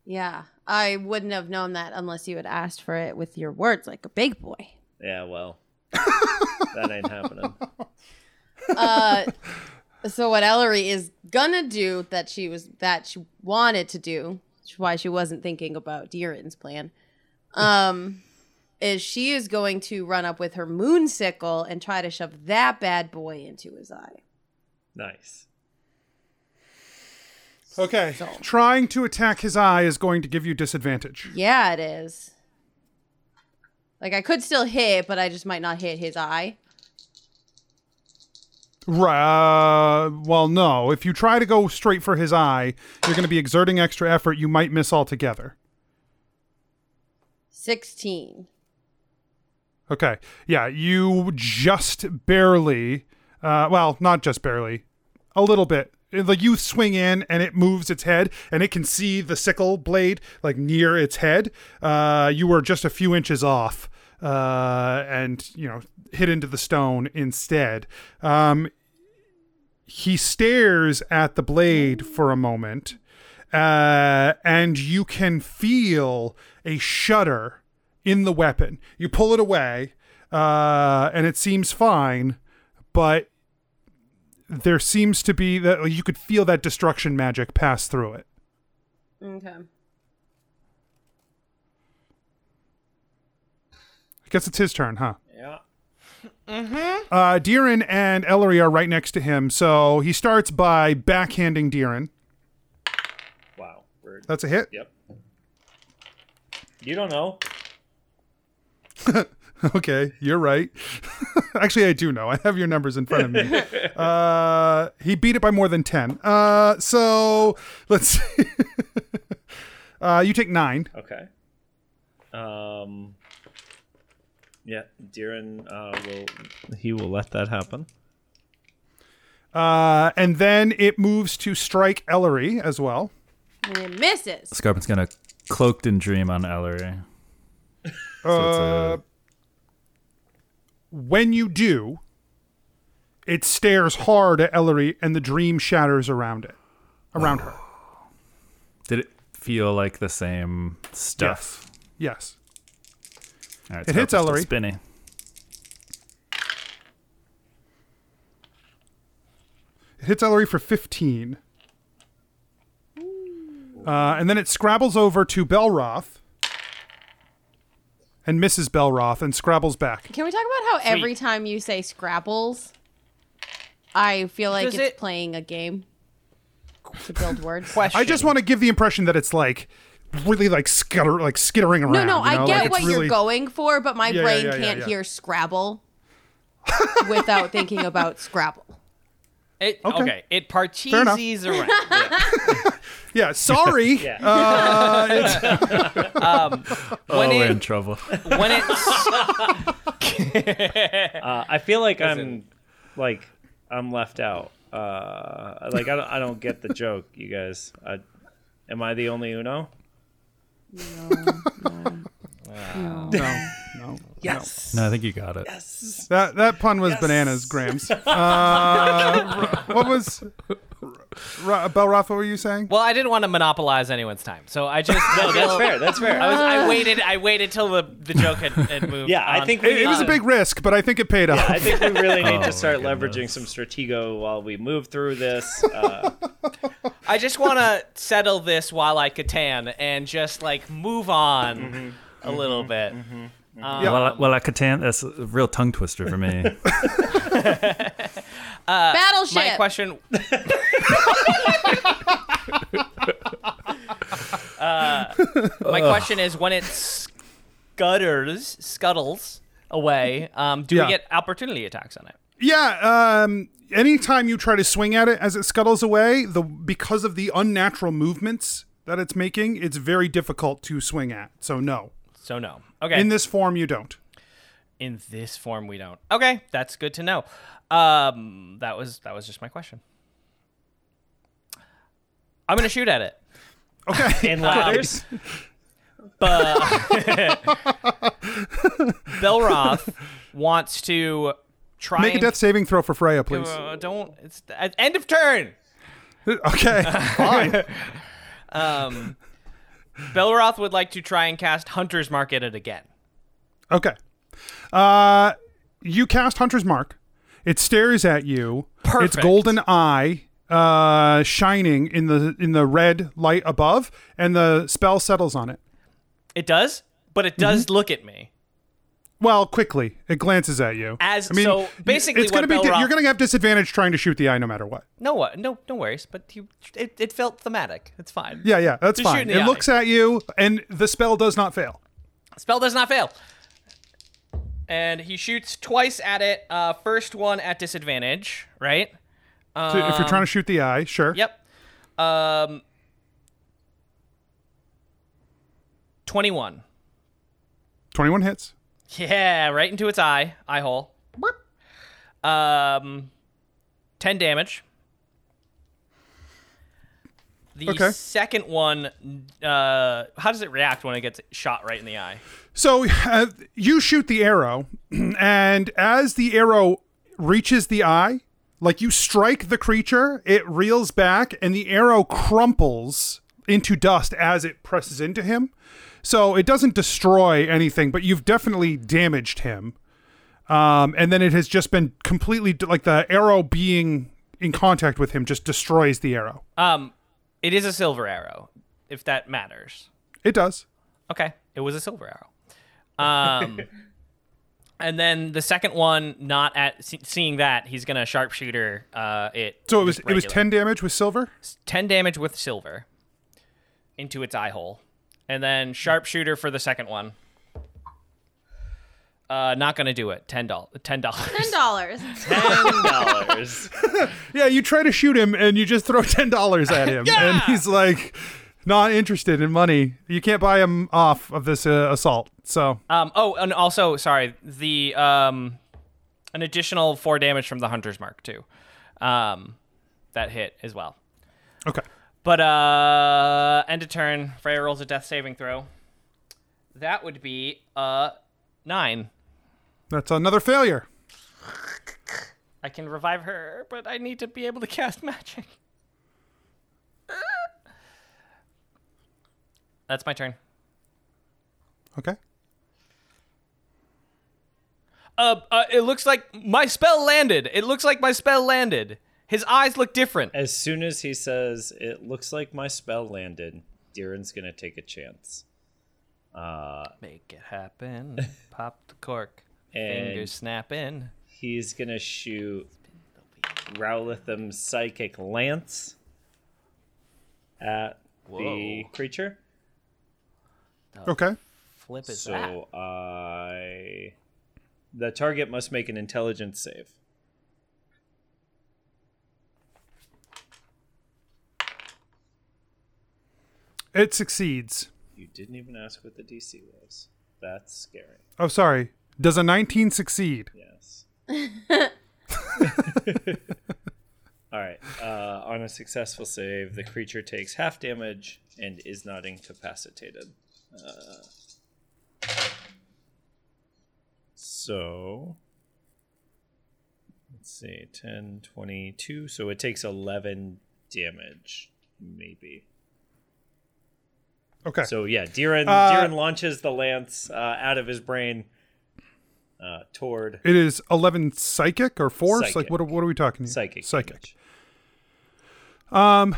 [SPEAKER 8] yeah. I wouldn't have known that unless you had asked for it with your words, like a big boy.
[SPEAKER 6] Yeah, well, that ain't happening.
[SPEAKER 8] Uh, So what Ellery is gonna do that she was that she wanted to do, which is why she wasn't thinking about Deerin's plan, um, is she is going to run up with her moon sickle and try to shove that bad boy into his eye.
[SPEAKER 6] Nice.
[SPEAKER 1] Okay. Trying to attack his eye is going to give you disadvantage.
[SPEAKER 8] Yeah, it is. Like I could still hit, but I just might not hit his eye.
[SPEAKER 1] Right. Uh, well, no. If you try to go straight for his eye, you're going to be exerting extra effort. You might miss altogether.
[SPEAKER 8] Sixteen.
[SPEAKER 1] Okay. Yeah, you just barely, uh, well, not just barely, a little bit. Uh, Like you swing in and it moves its head and it can see the sickle blade like near its head. Uh, you were just a few inches off uh, and, you know, hit into the stone instead. Um, he stares at the blade for a moment uh, and you can feel a shudder in the weapon. You pull it away, uh, and it seems fine, but there seems to be that you could feel that destruction magic pass through it.
[SPEAKER 8] Okay.
[SPEAKER 1] I guess it's his turn, huh?
[SPEAKER 6] Yeah.
[SPEAKER 1] Uh, Deerin and Ellery are right next to him, so he starts by backhanding Deerin.
[SPEAKER 6] Wow. Weird.
[SPEAKER 1] That's a hit.
[SPEAKER 6] Yep. You don't know.
[SPEAKER 1] [LAUGHS] Okay, you're right. Actually, I do know. I have your numbers in front of me. uh, he beat it by more than 10. Uh, so let's see. [LAUGHS] uh, you take nine.
[SPEAKER 6] Okay. Um. Yeah, Deeran uh, will. He will let that happen.
[SPEAKER 1] Uh, and then it moves to strike Ellery as well.
[SPEAKER 8] And it misses.
[SPEAKER 7] Scarpin's gonna cloaked in dream on Ellery. So it's
[SPEAKER 1] Uh,
[SPEAKER 7] a-
[SPEAKER 1] when you do, it stares hard at Ellery and the dream shatters around it, around her.
[SPEAKER 7] did it feel like the same stuff?
[SPEAKER 1] Yes.
[SPEAKER 7] All right,
[SPEAKER 1] It hits
[SPEAKER 7] Scarpin's still
[SPEAKER 1] Ellery.
[SPEAKER 7] Spinny.
[SPEAKER 1] It hits Ellery for 15. Uh, and then it scrabbles over to Belroth and misses Belroth and scrabbles back.
[SPEAKER 8] Can we talk about how every time you say Scrapples, I feel like
[SPEAKER 9] Does
[SPEAKER 8] it's
[SPEAKER 9] it-
[SPEAKER 8] playing a game to
[SPEAKER 1] [LAUGHS]
[SPEAKER 8] build words?
[SPEAKER 9] Question.
[SPEAKER 1] I just want to give the impression that it's like really like skitter like skittering around.
[SPEAKER 8] no, no,
[SPEAKER 1] you
[SPEAKER 8] I
[SPEAKER 1] know?
[SPEAKER 8] get
[SPEAKER 1] Like, it's
[SPEAKER 8] what
[SPEAKER 1] really,
[SPEAKER 8] you're going for, but my
[SPEAKER 1] Yeah, yeah,
[SPEAKER 8] brain
[SPEAKER 1] yeah, yeah,
[SPEAKER 8] can't
[SPEAKER 1] yeah. [LAUGHS]
[SPEAKER 8] hear Scrabble without thinking about Scrabble.
[SPEAKER 9] It,
[SPEAKER 1] Okay.
[SPEAKER 9] okay. It
[SPEAKER 1] enough. [LAUGHS]
[SPEAKER 9] parcheesies around.
[SPEAKER 1] Yeah, sorry. Uh,
[SPEAKER 9] When
[SPEAKER 7] Oh, we're
[SPEAKER 9] it-
[SPEAKER 7] in [LAUGHS] trouble.
[SPEAKER 9] when it's
[SPEAKER 6] Uh, I feel like I'm like I'm left out. Uh, like I don't, I don't get the joke, you guys. I, am I the only Uno?
[SPEAKER 1] No, no.
[SPEAKER 6] Yes.
[SPEAKER 7] No, I think you got it.
[SPEAKER 1] That that pun was bananas, [LAUGHS] Grams. Uh, r- what was r- Belroth? What were you saying?
[SPEAKER 9] [LAUGHS] well, I didn't want to monopolize anyone's time, so
[SPEAKER 1] [LAUGHS]
[SPEAKER 9] I just
[SPEAKER 6] No, that's fair. That's fair.
[SPEAKER 9] I, was, I waited. I waited till the, the joke had, had moved.
[SPEAKER 6] yeah, I
[SPEAKER 9] on.
[SPEAKER 6] think we
[SPEAKER 1] Um, It, it was a
[SPEAKER 6] need-
[SPEAKER 1] big risk, but I think it paid off.
[SPEAKER 6] I think we really need
[SPEAKER 7] Oh my
[SPEAKER 6] to start
[SPEAKER 7] goodness.
[SPEAKER 6] leveraging some stratego while we move through this.
[SPEAKER 7] [LAUGHS]
[SPEAKER 6] Uh,
[SPEAKER 9] I just want to settle this while I Catan and just like move on
[SPEAKER 6] Mm-hmm.
[SPEAKER 9] a little bit.
[SPEAKER 7] Well, I- well, I Catan, that's a real tongue twister for [LAUGHS] me.
[SPEAKER 1] Uh,
[SPEAKER 8] Battleship.
[SPEAKER 9] My
[SPEAKER 6] [LAUGHS]
[SPEAKER 9] question. uh, Uh, my question is when it scutters, scuttles away, um, do
[SPEAKER 1] Yeah.
[SPEAKER 9] we get opportunity attacks on it?
[SPEAKER 1] Yeah. Um. Anytime you try to swing at it as it scuttles away, the because of the unnatural movements that it's making, it's very difficult to swing at. So no,
[SPEAKER 9] So, no. Okay.
[SPEAKER 1] in this form, you don't.
[SPEAKER 9] In this form, we don't. Okay, that's good to know. Um, that was that was just my question. I'm gonna shoot at it,
[SPEAKER 1] [LAUGHS]
[SPEAKER 9] Um,
[SPEAKER 1] Okay.
[SPEAKER 6] and ladders.
[SPEAKER 9] [LAUGHS] but Belroth wants to
[SPEAKER 1] [LAUGHS]
[SPEAKER 9] try
[SPEAKER 1] Make a
[SPEAKER 9] and
[SPEAKER 1] death saving throw for Freya, please.
[SPEAKER 9] Uh, don't. It's at end of turn.
[SPEAKER 1] [LAUGHS] Okay. [LAUGHS] Fine.
[SPEAKER 9] Um, Belroth would like to try and cast Hunter's Mark at it again.
[SPEAKER 1] Okay. Uh, you cast Hunter's Mark. It stares at you. Its
[SPEAKER 9] Perfect.
[SPEAKER 1] golden eye uh, shining in the in the red light above, and the spell settles on it.
[SPEAKER 9] It does, but it does
[SPEAKER 1] Mm-hmm.
[SPEAKER 9] look at me.
[SPEAKER 1] Well, quickly it glances at you.
[SPEAKER 9] As-
[SPEAKER 1] I mean,
[SPEAKER 9] so basically
[SPEAKER 1] it's gonna
[SPEAKER 9] what
[SPEAKER 1] be
[SPEAKER 9] Belroth-
[SPEAKER 1] you're going to have disadvantage trying to shoot the eye no matter what.
[SPEAKER 9] No, uh, no, no worries. But you, it, it felt thematic. It's fine.
[SPEAKER 1] Yeah, yeah, that's
[SPEAKER 9] Just shoot
[SPEAKER 1] fine.
[SPEAKER 9] in the
[SPEAKER 1] It
[SPEAKER 9] eye.
[SPEAKER 1] looks at you, and the spell does not fail.
[SPEAKER 9] Spell does not fail. And he shoots twice at it. Uh, first one at disadvantage, right?
[SPEAKER 1] So if you're trying to shoot the eye, sure.
[SPEAKER 9] Um, Yep. Um, twenty-one.
[SPEAKER 1] Twenty-one hits.
[SPEAKER 9] Yeah, right into its eye, eye hole. Boop. Um, ten damage. The
[SPEAKER 1] Okay.
[SPEAKER 9] second one, uh, how does it react when it gets shot right in the eye?
[SPEAKER 1] So uh, you shoot the arrow, [CLEARS THROAT] and as the arrow reaches the eye, like you strike the creature, it reels back, and the arrow crumples into dust as it presses into him. So it doesn't destroy anything, but you've definitely damaged him. Um, and then it has just been completely like the arrow being in contact with him just destroys the arrow.
[SPEAKER 9] Um, it is a silver arrow, if that matters.
[SPEAKER 1] It does.
[SPEAKER 9] Okay, it was a silver arrow.
[SPEAKER 1] [LAUGHS]
[SPEAKER 9] Um, and then the second one, not at see- seeing that, he's gonna sharpshooter. Uh, it.
[SPEAKER 1] So it was
[SPEAKER 9] with
[SPEAKER 1] it was
[SPEAKER 9] regular.
[SPEAKER 1] ten damage with silver.
[SPEAKER 9] 10 damage with silver into its eye hole. And then sharpshooter for the second one. Uh, not gonna do it. Ten dollars. Ten dollars. [LAUGHS]
[SPEAKER 8] Ten dollars.
[SPEAKER 6] Ten dollars.
[SPEAKER 1] Yeah, you try to shoot him and you just throw [LAUGHS] ten dollars at
[SPEAKER 6] [LAUGHS]
[SPEAKER 1] him, and he's like, not interested in money. You can't buy him off of this uh, assault. So
[SPEAKER 9] Um. Oh, and also, sorry, the um, an additional four damage from the hunter's mark too. Um, that hit as well.
[SPEAKER 1] okay,
[SPEAKER 9] But uh, end of turn. Freya rolls a death saving throw. That would be uh nine.
[SPEAKER 1] that's another failure.
[SPEAKER 9] I can revive her, but I need to be able to cast magic. That's my turn.
[SPEAKER 1] Okay,
[SPEAKER 9] Uh, uh, it looks like my spell landed. It looks like my spell landed. His eyes look different.
[SPEAKER 6] As soon as he says, "It looks like my spell landed," Darren's gonna take a chance. Uh,
[SPEAKER 9] Make it
[SPEAKER 6] [LAUGHS]
[SPEAKER 9] happen. Pop the cork.
[SPEAKER 6] and
[SPEAKER 9] Fingers snap in.
[SPEAKER 6] he's gonna shoot Rowlitham psychic lance at the
[SPEAKER 9] Whoa.
[SPEAKER 6] creature. Oh.
[SPEAKER 1] okay.
[SPEAKER 9] Flip is that.
[SPEAKER 6] So I, the target must make an intelligence save.
[SPEAKER 1] It succeeds.
[SPEAKER 6] You didn't even ask what the DC was. That's scary.
[SPEAKER 1] Oh, sorry. Does a nineteen succeed?
[SPEAKER 6] Yes. All right. Uh, on a successful save, the creature takes half damage and is not incapacitated. Uh, so. Let's see. 10, 22. So it takes 11 damage, maybe.
[SPEAKER 1] Okay.
[SPEAKER 6] So yeah, Diran,
[SPEAKER 1] Uh,
[SPEAKER 6] Diran launches the lance uh, out of his brain uh, toward
[SPEAKER 1] it is eleven psychic or force. Like
[SPEAKER 6] Psychic.
[SPEAKER 1] what? are- What are we talking? Here?
[SPEAKER 6] psychic.
[SPEAKER 1] Psychic.
[SPEAKER 6] damage.
[SPEAKER 1] Um,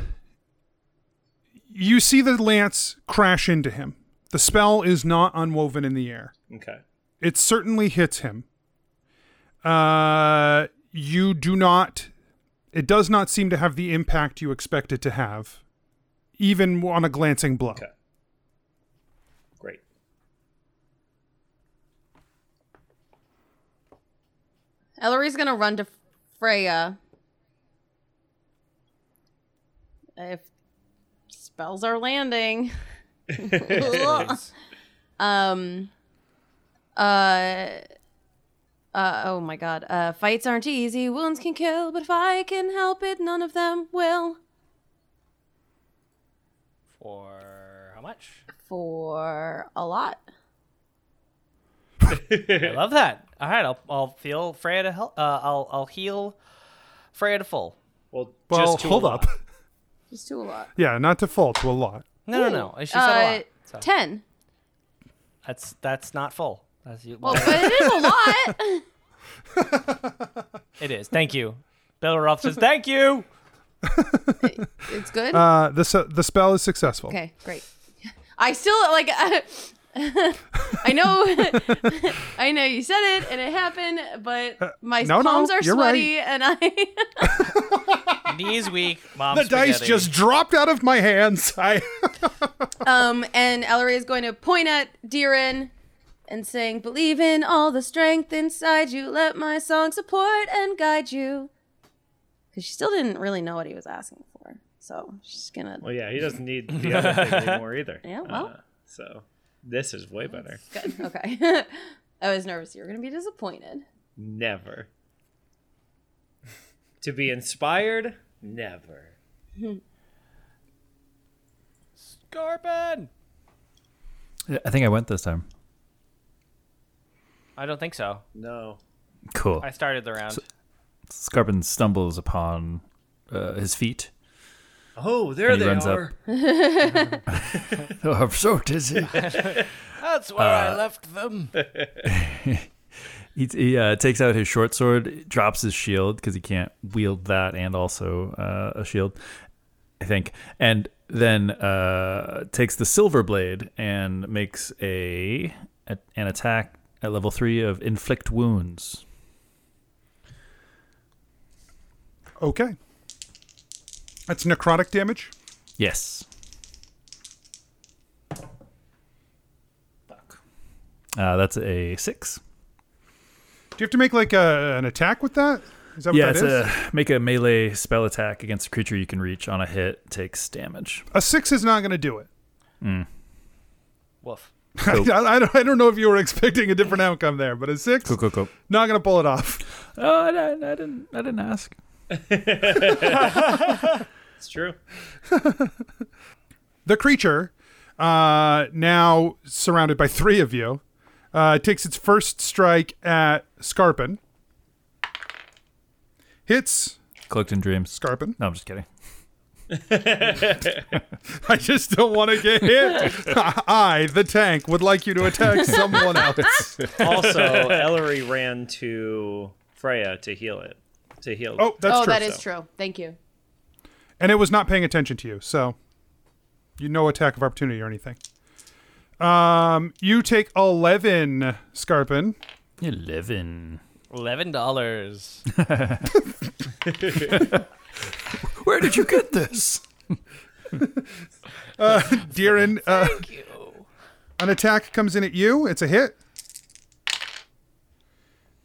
[SPEAKER 1] you see the lance crash into him. The spell is not unwoven in the air.
[SPEAKER 6] Okay.
[SPEAKER 1] it certainly hits him. Uh, you do not. It does not seem to have the impact you expect it to have, even on a glancing blow.
[SPEAKER 6] Okay. Great.
[SPEAKER 8] Ellery's gonna run to Freya. If spells
[SPEAKER 9] [LAUGHS]
[SPEAKER 8] are landing. um uh uh, oh my god. Uh, fights aren't easy, wounds can kill, but if I can help it, none of them will.
[SPEAKER 9] For how much?
[SPEAKER 8] For a lot.
[SPEAKER 9] I love that. All right, I'll, I'll feel Freya to help. Uh, I'll I'll heal Freya to full.
[SPEAKER 6] Well,
[SPEAKER 1] Well,
[SPEAKER 6] just to
[SPEAKER 1] hold
[SPEAKER 6] allow-
[SPEAKER 1] up.
[SPEAKER 8] Just do a lot.
[SPEAKER 1] [LAUGHS] yeah, not to full, to a lot.
[SPEAKER 9] No, no, no. She said a
[SPEAKER 8] Uh,
[SPEAKER 9] lot. So
[SPEAKER 8] Ten.
[SPEAKER 9] that's that's not full. That's you. [LAUGHS]
[SPEAKER 8] Well, but it is a lot.
[SPEAKER 9] It is. Thank you. Belleroth says, "Thank you."
[SPEAKER 8] It's good.
[SPEAKER 1] Uh, the s- the spell is successful.
[SPEAKER 8] okay, great. I still like. [LAUGHS] I know, [LAUGHS] I know you said it and it happened, but my
[SPEAKER 1] Uh, no, no,
[SPEAKER 8] palms are
[SPEAKER 1] you're right.
[SPEAKER 8] sweaty and I. [LAUGHS]
[SPEAKER 1] [LAUGHS]
[SPEAKER 9] Knees weak. Mom.
[SPEAKER 1] The dice just dropped out of my hands. [LAUGHS] I
[SPEAKER 8] Um, and Ellery is going to point at Diren and saying, "Believe in all the strength inside you. Let my song support and guide you." Because she still didn't really know what he was asking for, so she's gonna.
[SPEAKER 6] Well, yeah, he doesn't need
[SPEAKER 1] [LAUGHS]
[SPEAKER 6] the other thing anymore either.
[SPEAKER 8] Yeah, well.
[SPEAKER 6] Uh, so this is way better.
[SPEAKER 8] Good. Okay. [LAUGHS] I was nervous you were gonna be disappointed.
[SPEAKER 6] Never. to be inspired? Never.
[SPEAKER 9] Scarpin.
[SPEAKER 7] I think I went this time.
[SPEAKER 9] I don't think so.
[SPEAKER 6] No.
[SPEAKER 7] Cool.
[SPEAKER 9] I started the round.
[SPEAKER 7] Scarpin stumbles upon uh, his feet.
[SPEAKER 6] Oh, there
[SPEAKER 7] And he
[SPEAKER 6] they
[SPEAKER 7] runs up.
[SPEAKER 6] are.
[SPEAKER 7] Oh, I'm so dizzy.
[SPEAKER 9] That's where I left them.
[SPEAKER 7] he he uh, takes out his short sword, drops his shield because he can't wield that and also uh, a shield, I think, and then uh, takes the silver blade and makes a, a an attack at level three of inflict wounds.
[SPEAKER 1] okay. That's necrotic damage.
[SPEAKER 7] Yes. Uh, that's a six.
[SPEAKER 1] Do you have to make like a, an attack with that? Is that what
[SPEAKER 7] Yeah,
[SPEAKER 1] that
[SPEAKER 7] it's
[SPEAKER 1] is?
[SPEAKER 7] a make a melee spell attack against a creature you can reach on a hit takes damage. Mm.
[SPEAKER 1] A six is not going to do it. [LAUGHS]
[SPEAKER 9] Woof.
[SPEAKER 1] I, I don't, I don't know if you were [LAUGHS] expecting a different outcome there, but a six,
[SPEAKER 7] Cool, cool, cool.
[SPEAKER 1] not going to pull it off.
[SPEAKER 7] Oh, I, I didn't. I didn't ask.
[SPEAKER 1] [LAUGHS]
[SPEAKER 6] It's true.
[SPEAKER 1] The creature, uh, now surrounded by three of you, uh, takes its first strike at Scarpin. Hits
[SPEAKER 7] Cloaked in dreams.
[SPEAKER 1] Scarpin.
[SPEAKER 7] No, I'm just kidding.
[SPEAKER 1] I just don't want to get [LAUGHS] hit. I, the tank, would like you to [LAUGHS] attack someone else.
[SPEAKER 6] Also, Ellery ran to Freya to heal it. To heal.
[SPEAKER 1] Oh, that's
[SPEAKER 8] oh,
[SPEAKER 1] true.
[SPEAKER 8] that is true. Thank you.
[SPEAKER 1] and it was not paying attention to you. So, you no attack of opportunity or anything. Um, you take eleven, Scarpin.
[SPEAKER 7] Eleven.
[SPEAKER 1] [LAUGHS]
[SPEAKER 9] Eleven dollars.
[SPEAKER 7] Where did you get this?
[SPEAKER 1] Deerin, uh, an attack comes in at you. It's a hit.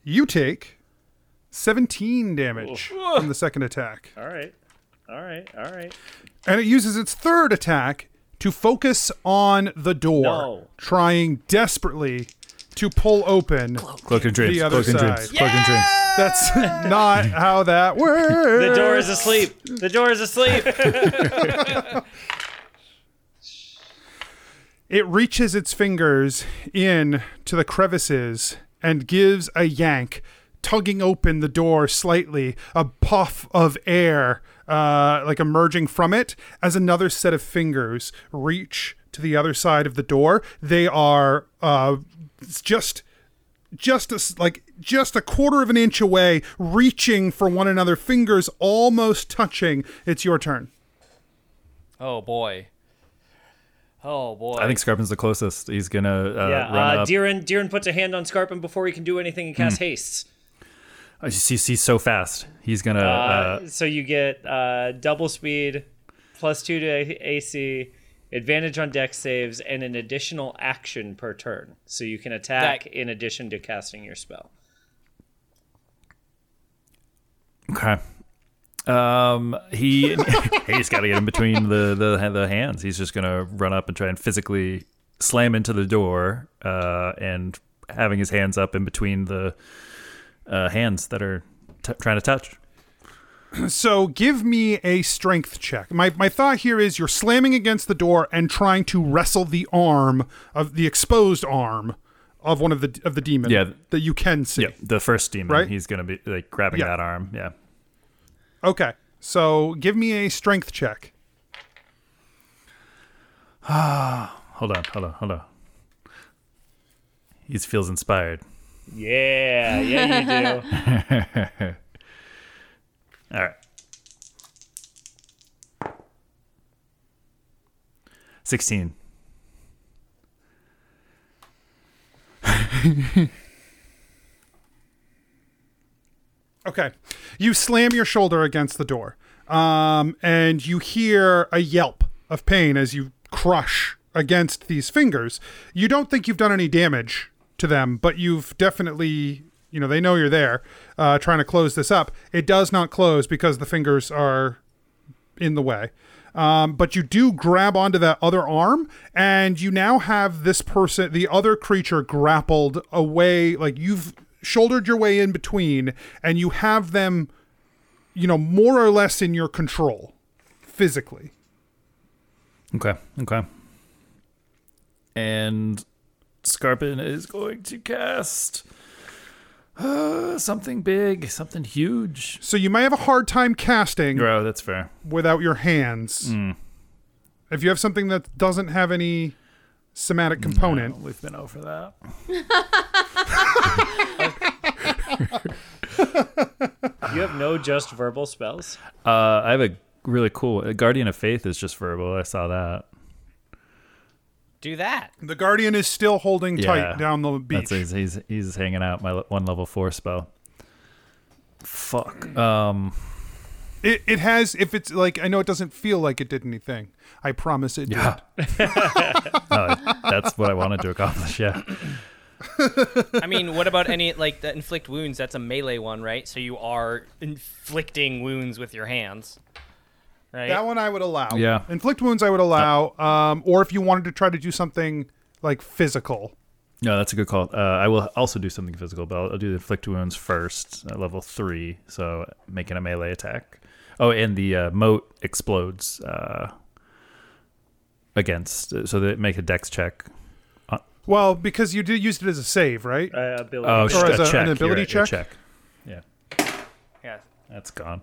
[SPEAKER 1] You take seventeen damage from the second attack,
[SPEAKER 6] All right. All right. All right.
[SPEAKER 1] and it uses its third attack to focus on the door,
[SPEAKER 6] No.
[SPEAKER 1] trying desperately to pull open.
[SPEAKER 7] Cloaked in dreams.
[SPEAKER 1] The other
[SPEAKER 7] Cloaked in dreams.
[SPEAKER 1] side.
[SPEAKER 7] Cloaked in dreams.
[SPEAKER 1] That's [LAUGHS] not how that works.
[SPEAKER 6] The door is asleep. The door is asleep.
[SPEAKER 1] [LAUGHS] It reaches its fingers in to the crevices and gives a yank, tugging open the door slightly, a puff of air uh, like emerging from it as another set of fingers reach to the other side of the door. They are uh, just just a, s- like just a quarter of an inch away, reaching for one another, fingers almost touching. It's your turn.
[SPEAKER 9] Oh boy. Oh boy.
[SPEAKER 7] I think Scarpin's the closest. He's gonna uh,
[SPEAKER 6] yeah.
[SPEAKER 7] run
[SPEAKER 6] Uh,
[SPEAKER 7] up. Hmm.
[SPEAKER 6] Deeren, Deeren puts a hand on Scarpin before he can do anything and casts haste.
[SPEAKER 7] Oh, he's, he's- he's so fast. He's gonna.
[SPEAKER 6] Uh,
[SPEAKER 7] Uh,
[SPEAKER 6] so you get uh, double speed, plus two to A- AC, advantage on deck saves, and an additional action per turn. So you can attack
[SPEAKER 9] That-
[SPEAKER 6] in addition to casting your spell. Uh,
[SPEAKER 7] okay. Um, he [LAUGHS] he's got to get in between the, the the hands. He's just gonna run up and try and physically slam into the door, uh, and having his hands up in between the uh, hands that are t- trying to touch.
[SPEAKER 1] So give me a strength check. My, my thought here is you're slamming against the door and trying to wrestle the arm of the exposed arm of one of the of the demon
[SPEAKER 7] Yeah.
[SPEAKER 1] that you can see.
[SPEAKER 7] Yeah, the first demon.
[SPEAKER 1] Right?
[SPEAKER 7] He's gonna be like grabbing
[SPEAKER 1] Yeah.
[SPEAKER 7] that arm. Yeah.
[SPEAKER 1] Okay. So give me a strength check.
[SPEAKER 7] Hold on, hold on, hold on. He feels inspired.
[SPEAKER 6] Yeah, yeah, you do.
[SPEAKER 7] All right. 16.
[SPEAKER 1] Okay. You slam your shoulder against the door, um, and you hear a yelp of pain as you crush against these fingers. You don't think you've done any damage to them, but you've definitely, you know, they know you're there uh, trying to close this up. It does not close because the fingers are in the way. Um, but you do grab onto that other arm, and you now have this person, the other creature, grappled away. Like you've shouldered your way in between, and you have them, you know, more or less in your control physically.
[SPEAKER 7] Okay. Okay. And Scarpin is going to cast uh, something big, something huge.
[SPEAKER 1] So you may have a hard time casting
[SPEAKER 3] Oh,
[SPEAKER 7] Bro, that's fair.
[SPEAKER 1] without your hands.
[SPEAKER 7] Mm.
[SPEAKER 1] If you have something that doesn't have any somatic component,
[SPEAKER 7] We've been over that.
[SPEAKER 6] [LAUGHS] You have no just verbal spells.
[SPEAKER 7] Uh, I have a really cool Guardian of Faith is just verbal. I saw that.
[SPEAKER 9] Do that.
[SPEAKER 1] the guardian is still holding
[SPEAKER 7] Yeah.
[SPEAKER 1] tight down the beach.
[SPEAKER 7] That's he's, he's he's hanging out my le- one level four spell. Fuck. Um.
[SPEAKER 1] It, it has if it's like I know it doesn't feel like it did anything. I promise it did.
[SPEAKER 7] That's what I wanted to accomplish. Yeah.
[SPEAKER 9] I mean, what about any like the inflict wounds? That's a melee one, right? So you are inflicting wounds with your hands, right?
[SPEAKER 1] That one I would allow.
[SPEAKER 7] Yeah.
[SPEAKER 1] Inflict wounds I would allow. Um, or if you wanted to try to do something like physical.
[SPEAKER 7] [LAUGHS] No, that's a good call. Uh, I will also do something physical, but I'll, I'll do the inflict wounds first at level three. So making a melee attack. Oh, and the uh, moat explodes uh, against. uh, So they make a dex check.
[SPEAKER 1] Well, because you did used it as a save, right?
[SPEAKER 6] Uh, ability.
[SPEAKER 7] Oh, sh-
[SPEAKER 1] Or as
[SPEAKER 7] a
[SPEAKER 1] a-
[SPEAKER 7] check.
[SPEAKER 1] an ability
[SPEAKER 7] You're right, a
[SPEAKER 1] check?
[SPEAKER 7] check. Yeah,
[SPEAKER 9] Yeah.
[SPEAKER 7] that's gone.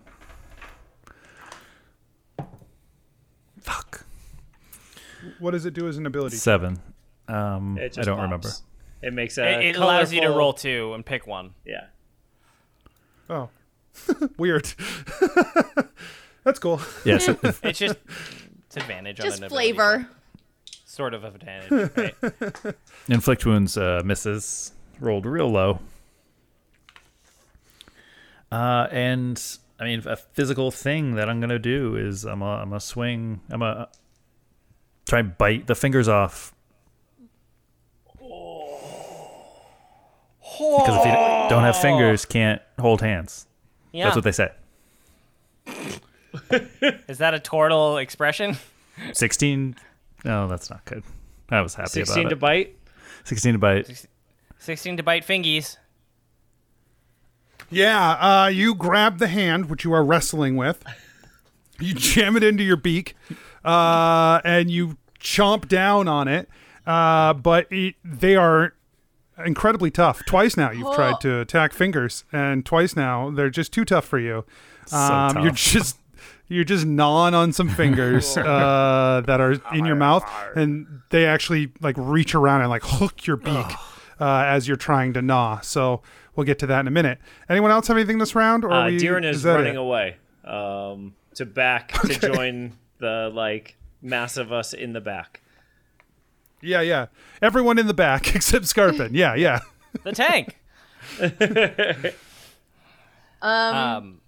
[SPEAKER 7] Fuck.
[SPEAKER 1] What does it do as an ability?
[SPEAKER 7] Seven. Um,
[SPEAKER 6] It just
[SPEAKER 7] I don't
[SPEAKER 6] pops.
[SPEAKER 7] remember.
[SPEAKER 6] It makes
[SPEAKER 7] Uh,
[SPEAKER 6] a.
[SPEAKER 9] It, it allows you to
[SPEAKER 6] colorful-
[SPEAKER 9] roll two and pick one.
[SPEAKER 6] Yeah.
[SPEAKER 1] Oh. [LAUGHS] Weird. [LAUGHS] That's cool.
[SPEAKER 7] Yeah, so if-
[SPEAKER 9] It's just it's advantage on
[SPEAKER 8] Just
[SPEAKER 9] an ability.
[SPEAKER 8] flavor.
[SPEAKER 9] Sort of advantage,
[SPEAKER 6] [LAUGHS]
[SPEAKER 9] right?
[SPEAKER 7] Inflict wounds uh, misses. Rolled real low. Uh, and I mean, a physical thing that I'm gonna do is I'm a, I'm a swing. I'm a try and bite the fingers off. Because if you don't have fingers, can't hold hands.
[SPEAKER 9] Yeah.
[SPEAKER 7] That's what they say.
[SPEAKER 9] Is that a tortle expression?
[SPEAKER 7] Sixteen. No, that's not good. I was happy
[SPEAKER 6] Sixteen
[SPEAKER 7] about
[SPEAKER 6] to
[SPEAKER 7] it.
[SPEAKER 6] bite.
[SPEAKER 7] Sixteen to bite.
[SPEAKER 9] 16 to bite fingies.
[SPEAKER 1] Yeah, uh, you grab the hand which you are wrestling with, you jam it into your beak, uh, and you chomp down on it. Uh, but it, they are incredibly tough. Twice now you've tried to attack fingers, and twice now they're just too tough for you. Um, You're
[SPEAKER 7] tough.
[SPEAKER 1] just you're just gnawing on some fingers uh, that are in your mouth, and they actually like reach around and like hook your beak uh, as you're trying to gnaw. So we'll get to that in a minute. Anyone else have anything this round? Or
[SPEAKER 6] Uh,
[SPEAKER 1] we,
[SPEAKER 6] Diran is,
[SPEAKER 1] that
[SPEAKER 6] running
[SPEAKER 1] it?
[SPEAKER 6] away um, to back to join the like mass of us in the back.
[SPEAKER 1] Yeah, yeah. Everyone in the back [LAUGHS] except Scarpin. Yeah, yeah.
[SPEAKER 9] The
[SPEAKER 6] [LAUGHS]
[SPEAKER 9] tank.
[SPEAKER 8] Um,
[SPEAKER 9] Um,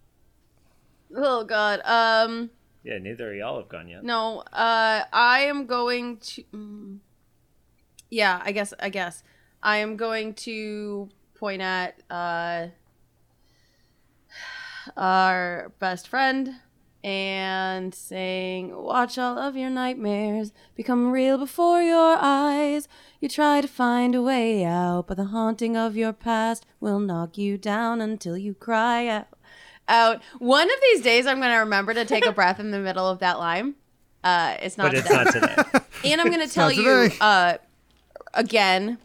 [SPEAKER 8] oh god. Um,
[SPEAKER 6] Yeah, neither of y'all have gone yet.
[SPEAKER 8] no. Uh, I am going to. mm. yeah, I guess. I guess I am going to point at uh, our best friend and saying, "Watch all of your nightmares become real before your eyes. You try to find a way out, but the haunting of your past will knock you down until you cry out." out. One of these days, I'm going to remember
[SPEAKER 6] [LAUGHS]
[SPEAKER 8] to take a breath in the middle of that line. Uh, it's not
[SPEAKER 6] But it's
[SPEAKER 8] today.
[SPEAKER 6] not today.
[SPEAKER 8] and I'm going to tell you
[SPEAKER 1] today.
[SPEAKER 8] uh, again.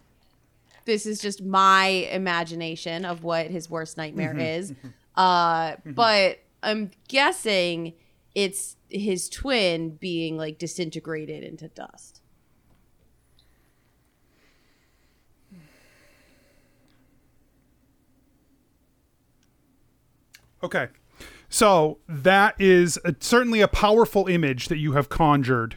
[SPEAKER 8] This is just my imagination of what his worst nightmare is. Uh, But I'm guessing it's his twin being like disintegrated into dust.
[SPEAKER 1] Okay. So that is a, certainly a powerful image that you have conjured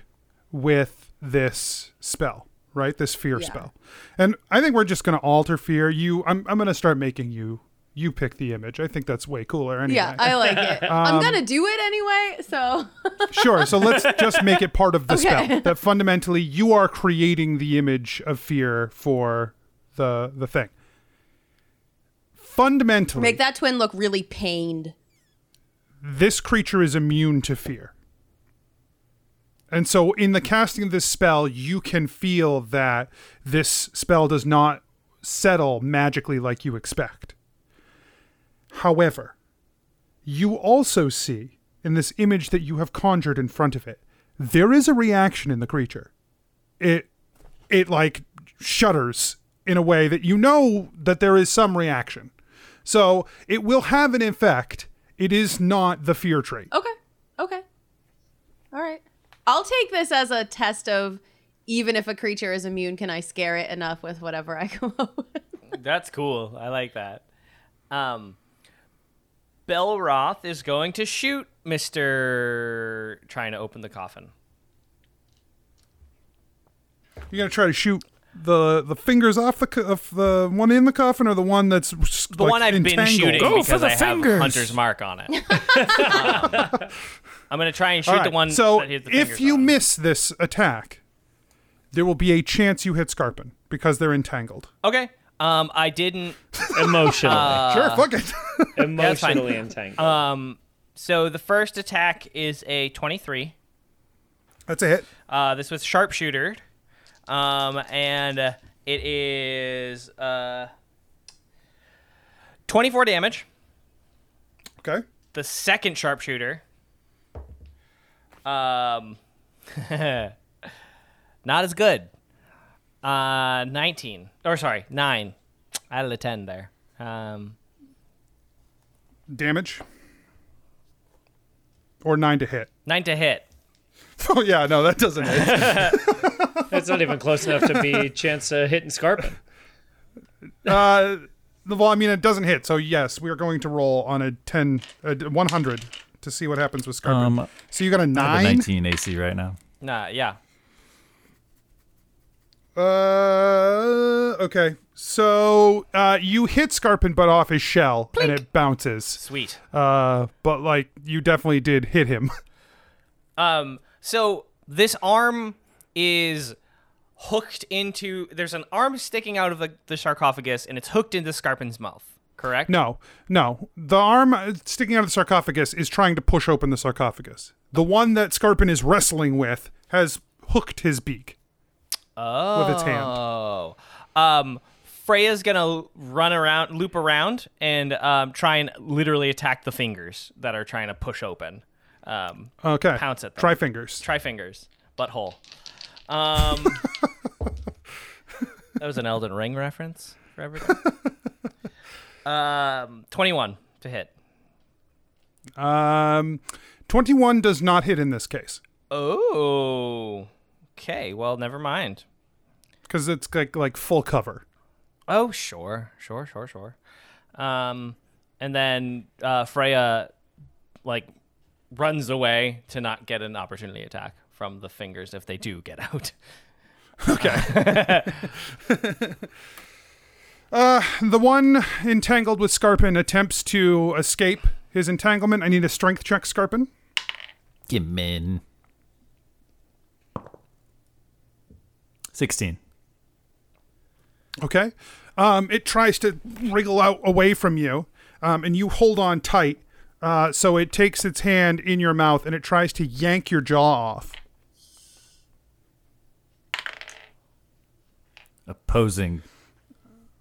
[SPEAKER 1] with this spell, right? This fear spell. And I think we're just going to alter fear. You I'm I'm going to start making you you pick the image. I think that's way cooler anyway.
[SPEAKER 8] Yeah, I like it. I'm gonna do it anyway, so
[SPEAKER 1] Sure. So let's just make it part of the spell.
[SPEAKER 8] Okay.
[SPEAKER 1] That fundamentally you are creating the image of fear for the the thing. Fundamentally,
[SPEAKER 8] make that twin look really pained.
[SPEAKER 1] this creature is immune to fear. And so in the casting of this spell, you can feel that this spell does not settle magically like you expect. However, you also see in this image that you have conjured in front of it, there is a reaction in the creature. It it like shudders in a way that you know that there is some reaction. So it will have an effect. It is not the fear trait.
[SPEAKER 9] Oh.
[SPEAKER 8] Okay. Okay. All right. I'll take this as a test of even if a creature is immune, can I scare it enough with whatever I come [LAUGHS] up with?
[SPEAKER 9] That's cool. I like that. Um, Belroth is going to shoot Mister trying to open the coffin.
[SPEAKER 1] You're gonna try to shoot the the fingers off the co- of the one in the coffin or the one that's
[SPEAKER 9] The one I've been shooting
[SPEAKER 3] Go for
[SPEAKER 9] because
[SPEAKER 3] the
[SPEAKER 9] I
[SPEAKER 3] fingers.
[SPEAKER 9] have Hunter's mark on it. Um, I'm gonna try and shoot
[SPEAKER 1] All right.
[SPEAKER 9] the one.
[SPEAKER 1] so
[SPEAKER 9] that he has the
[SPEAKER 1] if
[SPEAKER 9] fingers
[SPEAKER 1] you
[SPEAKER 9] on.
[SPEAKER 1] miss this attack, there will be a chance you hit Scarpin because they're entangled.
[SPEAKER 9] okay. Um, I didn't.
[SPEAKER 6] Emotionally,
[SPEAKER 9] Uh.
[SPEAKER 1] sure, fuck it. [LAUGHS]
[SPEAKER 9] fine.
[SPEAKER 6] emotionally entangled.
[SPEAKER 9] Um, so the first attack is a 23.
[SPEAKER 1] that's a hit.
[SPEAKER 9] Uh, this was sharpshooter, um, and uh, it is uh, 24 damage.
[SPEAKER 1] Okay.
[SPEAKER 9] The second sharpshooter, um, [LAUGHS] not as good. Uh, 19, or sorry, nine out of the 10 there. Um,
[SPEAKER 1] Damage. Or nine to hit. [LAUGHS]
[SPEAKER 9] nine to hit.
[SPEAKER 1] Oh yeah, no, that doesn't hit.
[SPEAKER 6] That's not even close enough to be chance of hitting Scarpin.
[SPEAKER 1] uh, well, I mean, it doesn't hit. So yes, we are going to roll on a ten, uh, one hundred, to see what happens with Scarpin.
[SPEAKER 7] Um,
[SPEAKER 1] so you got a
[SPEAKER 7] I have a
[SPEAKER 1] nine.
[SPEAKER 7] 19 AC right now.
[SPEAKER 9] Nah, yeah.
[SPEAKER 1] Uh, okay. So uh, you hit Scarpin, but off his shell, and it bounces.
[SPEAKER 9] Sweet.
[SPEAKER 1] Uh, but like you definitely did hit him. [LAUGHS]
[SPEAKER 9] Um, so this arm is hooked into. There's an arm sticking out of the, the sarcophagus, and it's hooked into Scarpin's mouth. Correct.
[SPEAKER 1] no, no. The arm uh, sticking out of the sarcophagus is trying to push open the sarcophagus. The one that Scarpin is wrestling with has hooked his beak.
[SPEAKER 9] Oh.
[SPEAKER 1] its hand.
[SPEAKER 9] Oh. Um, Freya's gonna run around, loop around, and um, try and literally attack the fingers that are trying to push open. Um,
[SPEAKER 1] Okay.
[SPEAKER 9] Pounce at them.
[SPEAKER 1] Try fingers.
[SPEAKER 9] try fingers, butthole. Um, that was an Elden Ring reference for everyone. um, twenty-one to hit.
[SPEAKER 1] Um, twenty-one does not hit in this case
[SPEAKER 9] Oh, okay. Well, never mind.
[SPEAKER 1] because it's like like full cover.
[SPEAKER 9] Oh, sure, sure, sure, sure. Um, and then uh, Freya like runs away to not get an opportunity attack from the fingers if they do get [LAUGHS] out.
[SPEAKER 1] The one entangled with Scarpin attempts to escape his entanglement. I need a strength check, Scarpin.
[SPEAKER 7] Give me in. 16.
[SPEAKER 1] Okay. Um, it tries to wriggle out away from you, um, and you hold on tight. Uh, so it takes its hand in your mouth and it tries to yank your jaw off.
[SPEAKER 7] Opposing.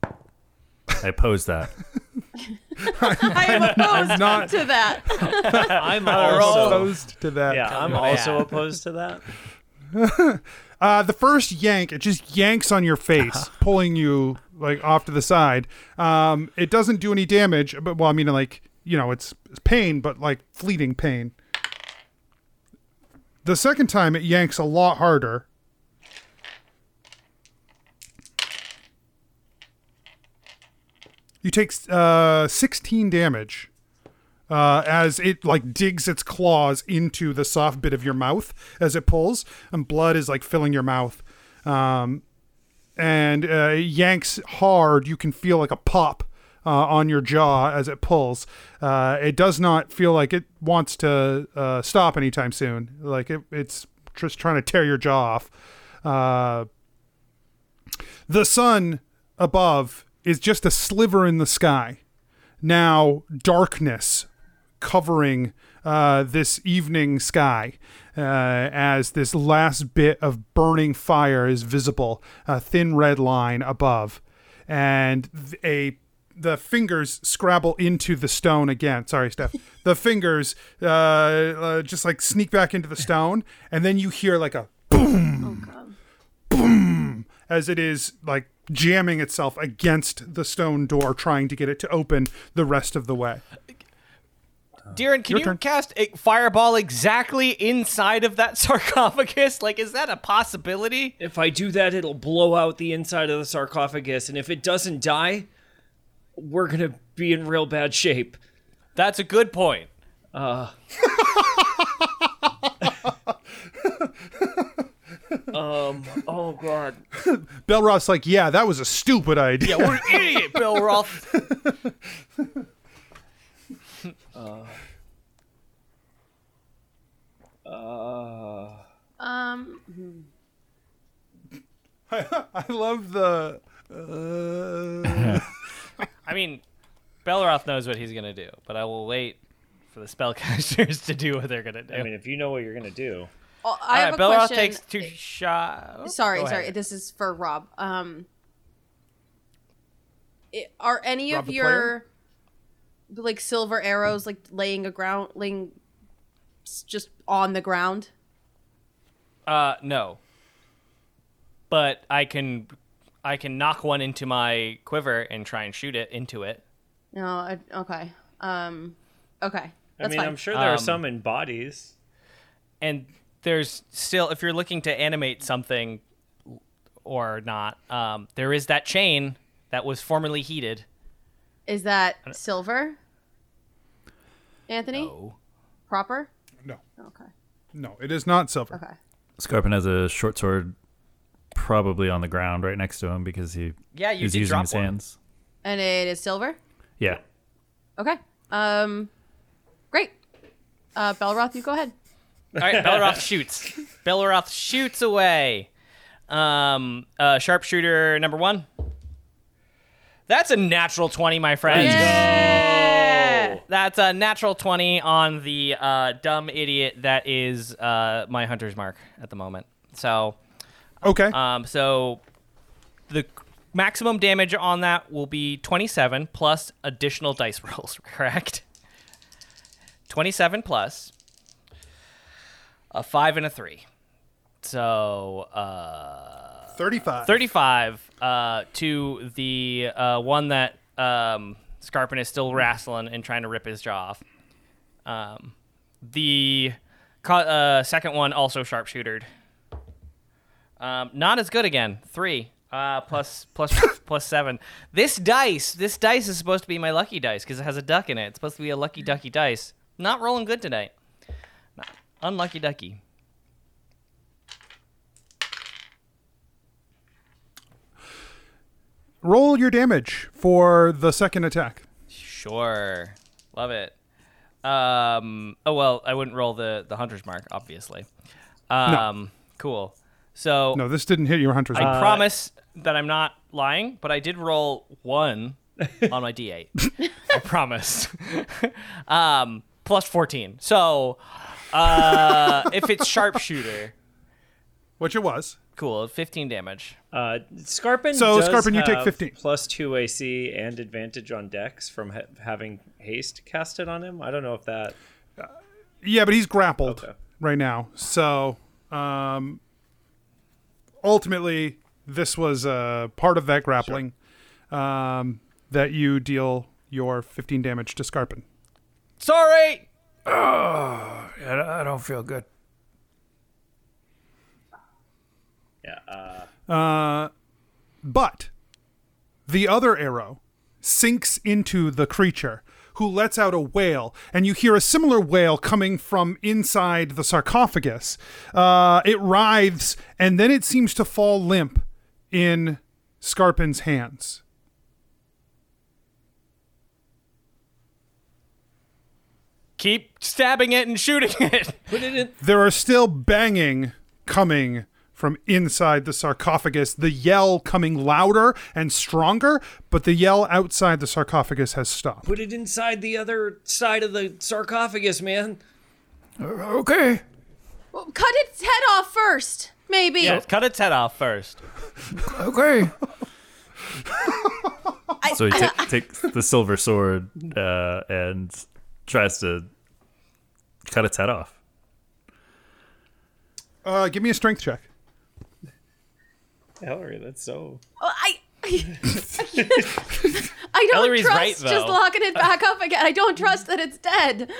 [SPEAKER 7] I oppose that.
[SPEAKER 8] I am opposed
[SPEAKER 1] not-
[SPEAKER 8] to that.
[SPEAKER 6] I'm also
[SPEAKER 1] Opposed to that.
[SPEAKER 6] [LAUGHS] yeah, I'm also opposed to that.
[SPEAKER 1] Uh, the first yank, it just yanks on your face, pulling you like off to the side. Um, it doesn't do any damage, but well, I mean, like you know, it's it's pain, but like fleeting pain. The second time, it yanks a lot harder. You take uh, 16 damage uh, as it like digs its claws into the soft bit of your mouth as it pulls, and blood is like filling your mouth. Um, and uh, it yanks hard. You can feel like a pop uh, on your jaw as it pulls. Uh, it does not feel like it wants to uh, stop anytime soon. Like it, it's just trying to tear your jaw off. Uh, the sun above is just a sliver in the sky. Now, darkness covering uh, this evening sky uh, as this last bit of burning fire is visible, a thin red line above. And th- a the fingers scrabble into the stone again. Sorry, Steph. The fingers uh, uh, just like sneak back into the stone, and then you hear like a as it is like jamming itself against the stone door, trying to get it to open the rest of the way.
[SPEAKER 9] Darren, can you cast a fireball exactly inside of that [LAUGHS] sarcophagus? Like, is that a possibility?
[SPEAKER 6] If I do that, it'll blow out the inside of the sarcophagus, and if it doesn't die, we're gonna be in real bad shape.
[SPEAKER 9] That's a good point.
[SPEAKER 6] Um, oh god.
[SPEAKER 1] Belroth's like, yeah, that was a stupid idea. [LAUGHS]
[SPEAKER 9] We're an idiot, Bill Roth.
[SPEAKER 4] Um,
[SPEAKER 1] I love the. Uh...
[SPEAKER 9] I mean, Belroth knows what he's gonna do, but I will wait for the spellcasters [LAUGHS] to do what they're gonna do.
[SPEAKER 6] I mean, if you know what you're gonna do,
[SPEAKER 8] Oh, I have
[SPEAKER 9] Alright,
[SPEAKER 8] a
[SPEAKER 9] Belroth
[SPEAKER 8] question.
[SPEAKER 9] takes two shots.
[SPEAKER 8] sorry,
[SPEAKER 9] Go
[SPEAKER 8] sorry.
[SPEAKER 9] ahead.
[SPEAKER 8] This is for Rob. Um, i are any
[SPEAKER 1] Rob
[SPEAKER 8] of
[SPEAKER 1] the
[SPEAKER 8] your like silver arrows like laying a ground, laying s- just on the ground?
[SPEAKER 9] Uh, no. But I can, I can knock one into my quiver and try and shoot it into it.
[SPEAKER 8] No. I, okay. Um. Okay.
[SPEAKER 6] I
[SPEAKER 8] That's
[SPEAKER 6] mean,
[SPEAKER 8] fine.
[SPEAKER 6] I'm sure there are
[SPEAKER 9] Um,
[SPEAKER 6] some in bodies.
[SPEAKER 9] and there's still if you're looking to animate something or not um, there is that chain that was formerly heated
[SPEAKER 8] Is that silver? Anthony. Proper.
[SPEAKER 1] No.
[SPEAKER 8] Okay.
[SPEAKER 1] No, it is not silver.
[SPEAKER 8] Okay.
[SPEAKER 7] Scarpin has a short sword, probably on the ground right next to him because he
[SPEAKER 9] Yeah, you
[SPEAKER 7] is
[SPEAKER 9] did
[SPEAKER 7] using
[SPEAKER 9] drop
[SPEAKER 7] his
[SPEAKER 9] one.
[SPEAKER 7] hands.
[SPEAKER 8] And it is silver.
[SPEAKER 7] Yeah.
[SPEAKER 8] Okay. Um. Great. Uh, Belroth, you go ahead.
[SPEAKER 9] all right belroth shoots belroth shoots away um uh sharpshooter number one that's a natural 20 my friend
[SPEAKER 8] Yeah.
[SPEAKER 9] that's a natural 20 on the uh, dumb idiot that is uh, my hunter's mark at the moment so
[SPEAKER 1] Okay.
[SPEAKER 9] Um, so the maximum damage on that will be 27 plus additional dice [LAUGHS] rolls, correct? 27 plus a 5 and a 3. So uh,
[SPEAKER 1] 35.
[SPEAKER 9] 35 uh, to the uh, one that um, Scarpin is still wrestling and trying to rip his jaw off. Um, the co- uh, second one also sharpshootered. Um, not as good again. Three uh, plus plus [LAUGHS] plus seven. This dice, this dice is supposed to be my lucky dice because it has a duck in it. It's supposed to be a lucky ducky dice. Not rolling good tonight. Unlucky ducky.
[SPEAKER 1] Roll your damage for the second attack.
[SPEAKER 9] Sure. Love it. Um, oh well, I wouldn't roll the the hunter's mark, obviously. Um, cool. So
[SPEAKER 1] No, Uh, this didn't hit your hunter's
[SPEAKER 9] I
[SPEAKER 1] mark.
[SPEAKER 9] promise that I'm not lying, but I did roll one on my d8. I promise. [LAUGHS] um, plus 14. So uh, if it's sharpshooter,
[SPEAKER 1] which it was.
[SPEAKER 9] cool, 15 damage.
[SPEAKER 6] Uh, Scarpin.
[SPEAKER 1] So,
[SPEAKER 6] does
[SPEAKER 1] Scarpin, you take
[SPEAKER 6] have
[SPEAKER 1] 15.
[SPEAKER 6] plus two AC and advantage on Dex from ha- having haste casted on him. I don't know if that.
[SPEAKER 1] Yeah, but he's grappled
[SPEAKER 6] Okay.
[SPEAKER 1] right now. So, um, ultimately, this was uh, part of that grappling um, that you deal your 15 damage to Scarpin.
[SPEAKER 9] Sorry.
[SPEAKER 3] I don't- I don't feel good.
[SPEAKER 6] Yeah. Uh,
[SPEAKER 1] But the other arrow sinks into the creature, who lets out a wail, and you hear a similar wail coming from inside the sarcophagus. Uh, it writhes, and then it seems to fall limp in Scarpin's hands.
[SPEAKER 9] Keep stabbing it and shooting it. [LAUGHS]
[SPEAKER 6] Put it in.
[SPEAKER 1] There are still banging coming from inside the sarcophagus, the yell coming louder and stronger, but the yell outside the sarcophagus has stopped.
[SPEAKER 6] Put it inside the other side of the sarcophagus, man.
[SPEAKER 3] Okay.
[SPEAKER 8] Well, cut its head off first, maybe.
[SPEAKER 9] Yeah, cut its head off first.
[SPEAKER 3] Okay.
[SPEAKER 7] So he ta- takes the silver sword uh, and tries to cut its head off.
[SPEAKER 1] Uh, give me a strength check.
[SPEAKER 6] Ellery, that's so.
[SPEAKER 8] Well,
[SPEAKER 9] [LAUGHS]
[SPEAKER 8] I. I don't
[SPEAKER 9] Ellery's
[SPEAKER 8] trust
[SPEAKER 9] right,
[SPEAKER 8] just
[SPEAKER 9] though.
[SPEAKER 8] locking it back up again. I don't trust that
[SPEAKER 9] [LAUGHS]
[SPEAKER 8] it's dead.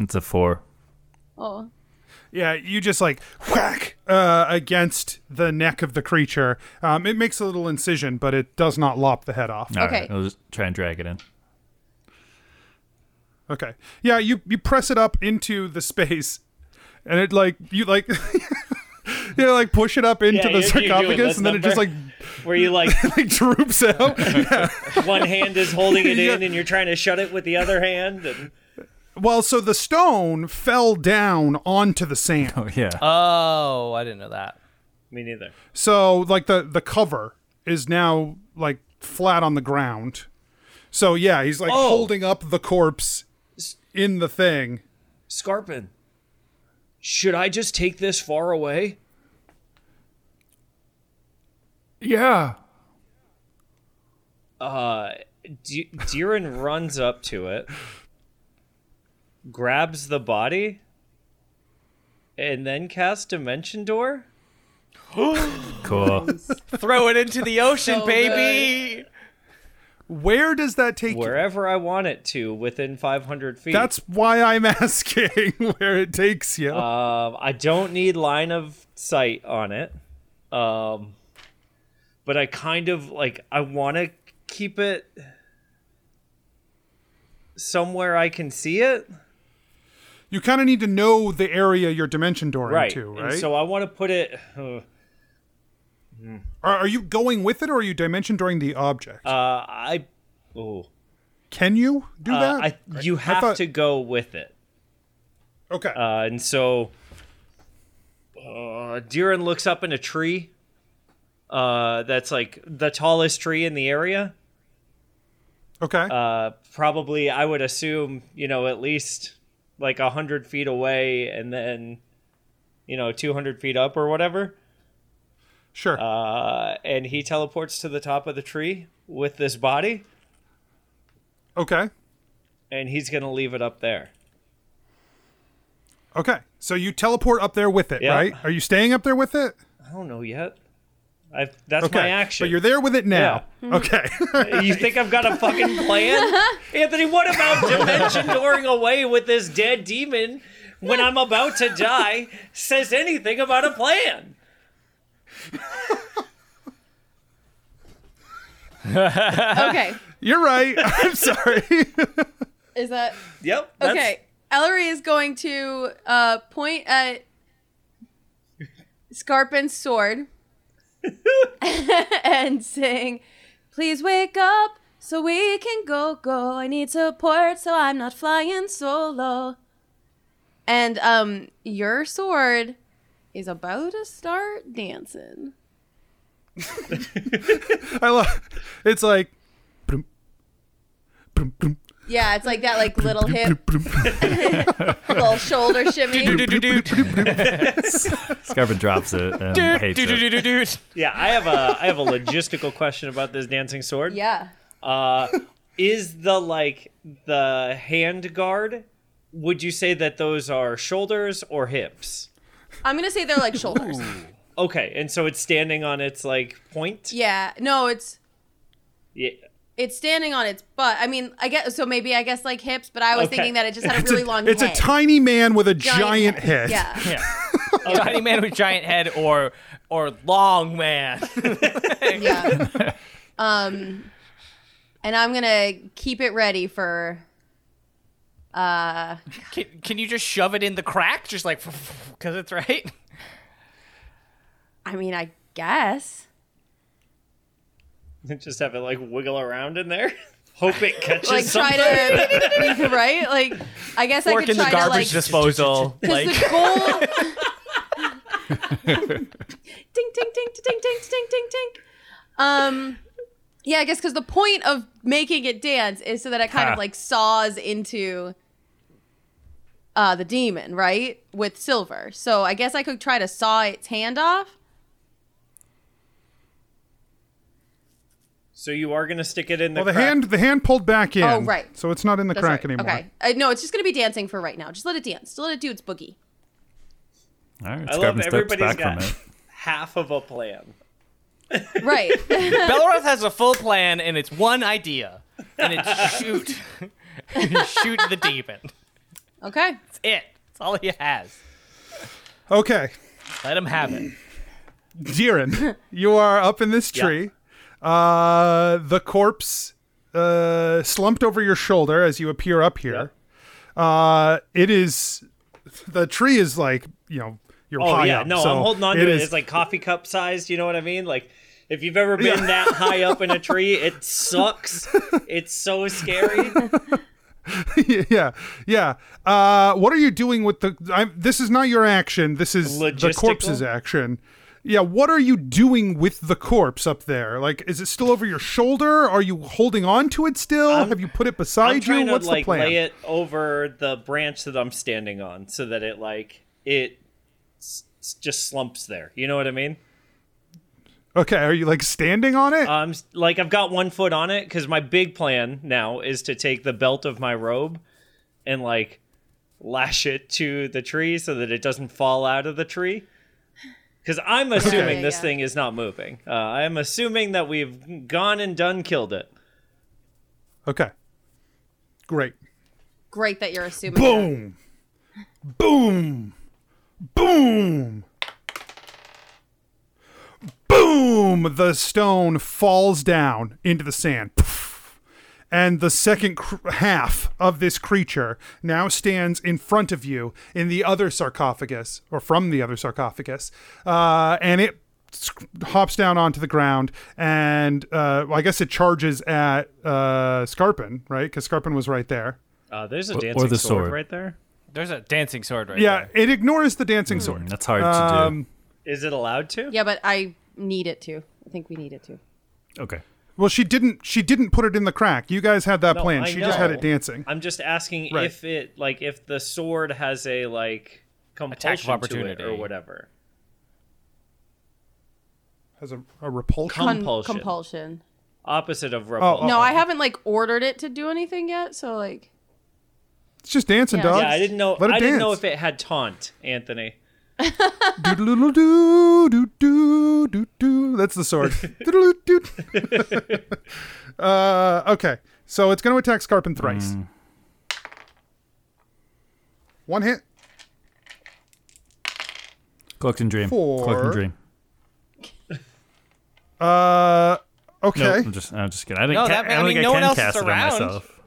[SPEAKER 7] It's a four.
[SPEAKER 8] Oh,
[SPEAKER 1] Yeah, you just like whack uh, against the neck of the creature. Um, it makes a little incision, but it does not lop the head off.
[SPEAKER 7] All
[SPEAKER 8] Okay.
[SPEAKER 7] right, I'll just try and drag it in.
[SPEAKER 1] Okay. Yeah, you you press it up into the space, and it like you like. [LAUGHS] You know, like push it up into the
[SPEAKER 6] Yeah, you- you do it,
[SPEAKER 1] sarcophagus,
[SPEAKER 6] that's
[SPEAKER 1] and then it just like,
[SPEAKER 6] number. Where
[SPEAKER 7] [LAUGHS]
[SPEAKER 6] you like
[SPEAKER 1] like [LAUGHS] droops
[SPEAKER 6] [LAUGHS]
[SPEAKER 1] out.
[SPEAKER 6] one hand is holding it in and you're trying to shut it with the other hand. And...
[SPEAKER 1] Well, so the stone fell down onto the sand.
[SPEAKER 7] Oh yeah.
[SPEAKER 9] Oh, I didn't know that.
[SPEAKER 6] Uh, Me neither.
[SPEAKER 1] So like the the cover is now like flat on the ground. So yeah, he's like
[SPEAKER 6] Oh.
[SPEAKER 1] holding up the corpse in the thing.
[SPEAKER 6] Scarpin, should I just take this far away?
[SPEAKER 3] Yeah.
[SPEAKER 6] Uh, D- Deeren runs up to it, grabs the body, and then casts Dimension Door.
[SPEAKER 7] cool.
[SPEAKER 9] Throw it into the ocean, baby.
[SPEAKER 1] Where does that take you?
[SPEAKER 6] wherever I want it to within 500 feet.
[SPEAKER 1] That's why I'm [LAUGHS] asking where it takes you.
[SPEAKER 6] Um, [LAUGHS] I don't need line of sight on it. Um, but I kind of like I want to keep it somewhere I can see it.
[SPEAKER 1] you kind of need to know the area your dimension door
[SPEAKER 6] Right.
[SPEAKER 1] into,
[SPEAKER 6] And
[SPEAKER 1] right?
[SPEAKER 6] so I want to put it uh,
[SPEAKER 1] are, are you going with it or are you dimension dooring the object?
[SPEAKER 6] I oh,
[SPEAKER 1] Can you do
[SPEAKER 6] uh,
[SPEAKER 1] that?
[SPEAKER 6] I you have
[SPEAKER 1] thought-
[SPEAKER 6] to go with it.
[SPEAKER 1] okay.
[SPEAKER 6] Uh, and so uh, Durin looks up in a tree uh, that's like the tallest tree in the area.
[SPEAKER 1] okay.
[SPEAKER 6] uh, probably I would assume you know at least like a hundred feet away, and then you know two hundred feet up or whatever.
[SPEAKER 1] sure.
[SPEAKER 6] Uh, and he teleports to the top of the tree with this body,
[SPEAKER 1] okay.
[SPEAKER 6] and he's gonna leave it up there.
[SPEAKER 1] Okay. So you teleport up there with it,
[SPEAKER 6] Yeah.
[SPEAKER 1] right? Are you staying up there with it?
[SPEAKER 6] I don't know yet. I that's
[SPEAKER 1] Okay.
[SPEAKER 6] my action.
[SPEAKER 1] But you're there with it now. Okay. [LAUGHS]
[SPEAKER 8] Mm-hmm.
[SPEAKER 6] You think
[SPEAKER 7] [LAUGHS]
[SPEAKER 6] I've got a fucking plan, Anthony? What about dimension dooring away with this dead demon when I'm about to die? Says anything about a plan?
[SPEAKER 8] okay.
[SPEAKER 1] You're right. [LAUGHS] I'm sorry.
[SPEAKER 8] Is that
[SPEAKER 6] Yep. that's-
[SPEAKER 8] okay? Ellery is going to uh, point at Scarpin's [LAUGHS] sword and sing, "Please wake up so we can go go. I need support so I'm not flying solo." And um, your sword is about to start dancing.
[SPEAKER 1] I love it's like boom, boom, boom,
[SPEAKER 8] Yeah, it's like that,
[SPEAKER 1] [LAUGHS]
[SPEAKER 8] like little hip,
[SPEAKER 1] boom,
[SPEAKER 6] [LAUGHS]
[SPEAKER 1] boom.
[SPEAKER 8] little shoulder shimmy.
[SPEAKER 7] Scarpin drops it and hates it.
[SPEAKER 9] Dude.
[SPEAKER 6] Yeah, I have a I have a logistical question about this dancing sword.
[SPEAKER 8] Yeah.
[SPEAKER 6] Uh, is the like the hand guard? Would you say that those are shoulders or hips?
[SPEAKER 8] I'm gonna say they're like shoulders.
[SPEAKER 6] Okay, and so it's standing on its like point.
[SPEAKER 8] Yeah. No, it's
[SPEAKER 6] Yeah. [LAUGHS]
[SPEAKER 8] it's standing on its butt. I mean, I guess so. Maybe I guess like hips, but I was
[SPEAKER 6] Okay.
[SPEAKER 8] thinking that it just had a really long.
[SPEAKER 1] It's a
[SPEAKER 8] head.
[SPEAKER 1] tiny man with a giant, head.
[SPEAKER 8] Yeah.
[SPEAKER 9] Tiny man with giant head or [LAUGHS] or long man.
[SPEAKER 8] Yeah. um. and I'm gonna keep it ready for. Uh,
[SPEAKER 9] Can, can you just shove it in the crack, just like [LAUGHS] because it's right?
[SPEAKER 8] I mean, I guess.
[SPEAKER 6] Just have it like wiggle around in there. [LAUGHS] Hope it catches
[SPEAKER 8] Like
[SPEAKER 6] something.
[SPEAKER 8] try to [LAUGHS] right, like I guess I
[SPEAKER 9] Fork
[SPEAKER 8] could
[SPEAKER 9] in the
[SPEAKER 8] try to
[SPEAKER 9] garbage
[SPEAKER 8] like [LAUGHS]
[SPEAKER 9] disposal. [LAUGHS]
[SPEAKER 8] Because
[SPEAKER 9] like
[SPEAKER 8] the goal. ding, ding, ding, ding, ding, ding, ding, ding. Um, yeah, I guess because the point of making it dance is so that it kind of like saws into uh, the demon, right? With silver. So I guess I could try to saw its hand off.
[SPEAKER 6] So you are gonna stick it in the,
[SPEAKER 1] Well, the
[SPEAKER 6] crack.
[SPEAKER 1] hand the hand pulled back in.
[SPEAKER 8] Oh, right.
[SPEAKER 1] So it's not in the
[SPEAKER 8] That's
[SPEAKER 1] crack
[SPEAKER 8] right.
[SPEAKER 1] anymore.
[SPEAKER 8] Okay. Uh, no, it's just going to be dancing for right now. Just let it dance. Just let it do its boogie.
[SPEAKER 7] All right,
[SPEAKER 6] I love
[SPEAKER 7] Scarpin steps
[SPEAKER 6] everybody's
[SPEAKER 7] back from
[SPEAKER 6] got
[SPEAKER 7] it.
[SPEAKER 6] half of a plan.
[SPEAKER 8] Right. [LAUGHS]
[SPEAKER 9] Belroth has a full plan, and it's one idea, and it's shoot, [LAUGHS] shoot the demon.
[SPEAKER 8] okay.
[SPEAKER 9] It's it. It's all he has.
[SPEAKER 1] Okay.
[SPEAKER 9] Let him have it.
[SPEAKER 1] Jiren, [LAUGHS] you are up in this tree. Uh, the corpse uh, slumped over your shoulder as you appear up here. Uh, it is the tree is like you know you're
[SPEAKER 6] Oh
[SPEAKER 1] high
[SPEAKER 6] yeah,
[SPEAKER 1] up.
[SPEAKER 6] no,
[SPEAKER 1] so
[SPEAKER 6] I'm holding on to it.
[SPEAKER 1] is-
[SPEAKER 6] It's like coffee cup sized. You know what I mean? Like if you've ever been that high up in a
[SPEAKER 1] [LAUGHS]
[SPEAKER 6] tree, it sucks. it's so scary.
[SPEAKER 1] [LAUGHS] yeah, yeah. Uh, what are you doing with the? I'm, this is not your action. This is the
[SPEAKER 6] Logistical?
[SPEAKER 1] corpse's action. Yeah, what are you doing with the corpse up there? Like, is it still over your shoulder? Are you holding on to it still? Have you put it
[SPEAKER 6] I'm
[SPEAKER 1] beside you?
[SPEAKER 6] trying to
[SPEAKER 1] What's
[SPEAKER 6] like
[SPEAKER 1] the plan?
[SPEAKER 6] lay it over the branch that I'm standing on, so that it like it s- s- just slumps there. You know what I mean?
[SPEAKER 1] Okay, are you like standing on it?
[SPEAKER 6] Um, s- like I've got one foot on it because my big plan now is to take the belt of my robe and like lash it to the tree so that it doesn't fall out of the tree. Because I'm assuming
[SPEAKER 8] yeah,
[SPEAKER 6] this
[SPEAKER 8] yeah.
[SPEAKER 6] thing is not moving. Uh, I'm assuming that we've gone and done killed it.
[SPEAKER 1] okay, great.
[SPEAKER 8] Great that you're assuming. that.
[SPEAKER 1] Boom, boom, boom, boom. The stone falls down into the sand. Poof. And the second cr- half of this creature now stands in front of you in the other sarcophagus, or from the other sarcophagus, uh, and it sc- hops down onto the ground. And uh, well, I guess it charges at uh, Scarpin, right? Because Scarpin was right there.
[SPEAKER 6] Uh, there's a
[SPEAKER 7] Or- or
[SPEAKER 6] dancing
[SPEAKER 7] the
[SPEAKER 6] sword.
[SPEAKER 7] sword.
[SPEAKER 6] right there.
[SPEAKER 9] There's a dancing sword right
[SPEAKER 1] Yeah,
[SPEAKER 9] there.
[SPEAKER 1] it ignores the dancing sword.
[SPEAKER 7] Mm, That's hard
[SPEAKER 1] Um,
[SPEAKER 6] Is it allowed to?
[SPEAKER 8] Yeah, but I need it to. I think we need it to.
[SPEAKER 7] to do. Okay.
[SPEAKER 1] Well, she didn't. She didn't put it in the crack. You guys had that
[SPEAKER 6] No,
[SPEAKER 1] plan.
[SPEAKER 6] I
[SPEAKER 1] She just had
[SPEAKER 6] know.
[SPEAKER 1] it dancing.
[SPEAKER 6] I'm just asking
[SPEAKER 1] Right.
[SPEAKER 6] if it like if the sword has a like compulsion
[SPEAKER 9] opportunity.
[SPEAKER 6] to it or whatever.
[SPEAKER 1] Has a, a repulsion.
[SPEAKER 8] Con-
[SPEAKER 6] Compulsion.
[SPEAKER 8] compulsion.
[SPEAKER 6] Opposite
[SPEAKER 1] Oh,
[SPEAKER 6] of repulsion.
[SPEAKER 8] No, I haven't like ordered it to do anything yet. So like,
[SPEAKER 1] It's just dancing,
[SPEAKER 8] Yeah.
[SPEAKER 1] dog.
[SPEAKER 6] Yeah, I didn't know.
[SPEAKER 1] oh, Let it
[SPEAKER 6] I didn't know
[SPEAKER 1] dance.
[SPEAKER 6] if it had taunt, Anthony.
[SPEAKER 1] Doodle doo doo doo doo doo. That's the
[SPEAKER 6] [LAUGHS]
[SPEAKER 1] sword. Doodle doo. Uh, okay, so it's going to attack Scarpin thrice.
[SPEAKER 7] Hmm.
[SPEAKER 1] One hit.
[SPEAKER 7] Cloaked and dream. Cloaked
[SPEAKER 1] Four.
[SPEAKER 7] and dream.
[SPEAKER 1] Uh,
[SPEAKER 7] No,
[SPEAKER 1] okay.
[SPEAKER 7] I'm just, I'm just kidding. I didn't.
[SPEAKER 9] No,
[SPEAKER 7] ca-
[SPEAKER 9] that-
[SPEAKER 7] I
[SPEAKER 9] I
[SPEAKER 7] don't
[SPEAKER 9] mean,
[SPEAKER 7] think
[SPEAKER 9] no
[SPEAKER 7] I
[SPEAKER 9] one
[SPEAKER 7] can
[SPEAKER 9] else is
[SPEAKER 7] cast it on
[SPEAKER 9] around.
[SPEAKER 7] myself.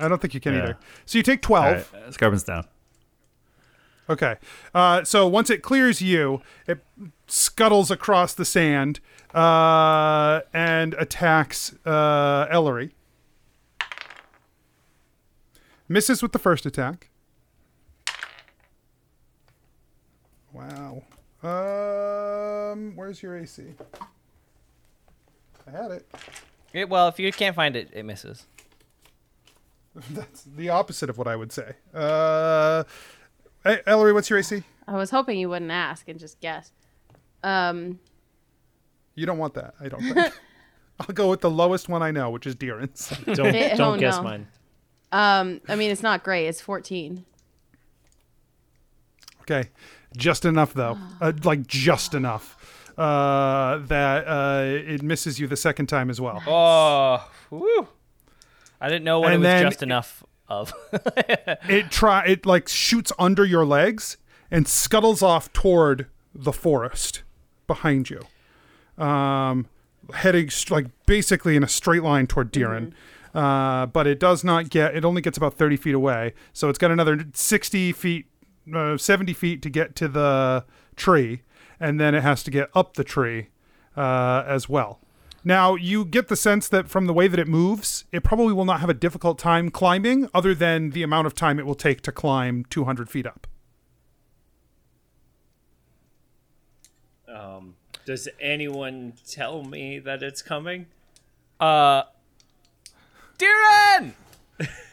[SPEAKER 1] I don't think you can
[SPEAKER 7] Yeah.
[SPEAKER 1] either. So you take
[SPEAKER 7] All
[SPEAKER 1] twelve.
[SPEAKER 7] right, uh, Scarpin's down.
[SPEAKER 1] Okay. Uh, so once it clears you, it scuttles across the sand uh, and attacks uh, Ellery. Misses with the first attack. Wow. Um, where's your AC? I had it. [LAUGHS]
[SPEAKER 9] It- well, if you can't find it, it misses.
[SPEAKER 1] That's the opposite of what I would say. Uh, hey, Ellery, what's your AC?
[SPEAKER 8] I was hoping you wouldn't ask and just guess. Um,
[SPEAKER 1] You don't want that, I don't think. I'll go with the lowest one I know, which is Deeran's.
[SPEAKER 6] Don't
[SPEAKER 8] Eh,
[SPEAKER 6] don't
[SPEAKER 8] oh,
[SPEAKER 6] guess
[SPEAKER 8] no.
[SPEAKER 6] mine.
[SPEAKER 8] um, I mean, it's not great. It's fourteen.
[SPEAKER 1] Okay, just enough though, uh, like just enough uh, that uh, it misses you the second time as well.
[SPEAKER 9] Oh, whew. I didn't know what
[SPEAKER 1] And
[SPEAKER 9] it was
[SPEAKER 1] then-
[SPEAKER 9] just enough of. [LAUGHS]
[SPEAKER 1] It try it like shoots under your legs and scuttles off toward the forest behind you. Um, heading st- like basically in a straight line toward Deeren. Uh, but it does not get. It only gets about thirty feet away, so it's got another sixty feet, uh, seventy feet to get to the tree, and then it has to get up the tree uh, as well. Now you get the sense that from the way that it moves, it probably will not have a difficult time climbing, other than the amount of time it will take to climb two hundred feet up.
[SPEAKER 6] Um, does anyone tell me that it's coming?
[SPEAKER 9] Uh, Diren,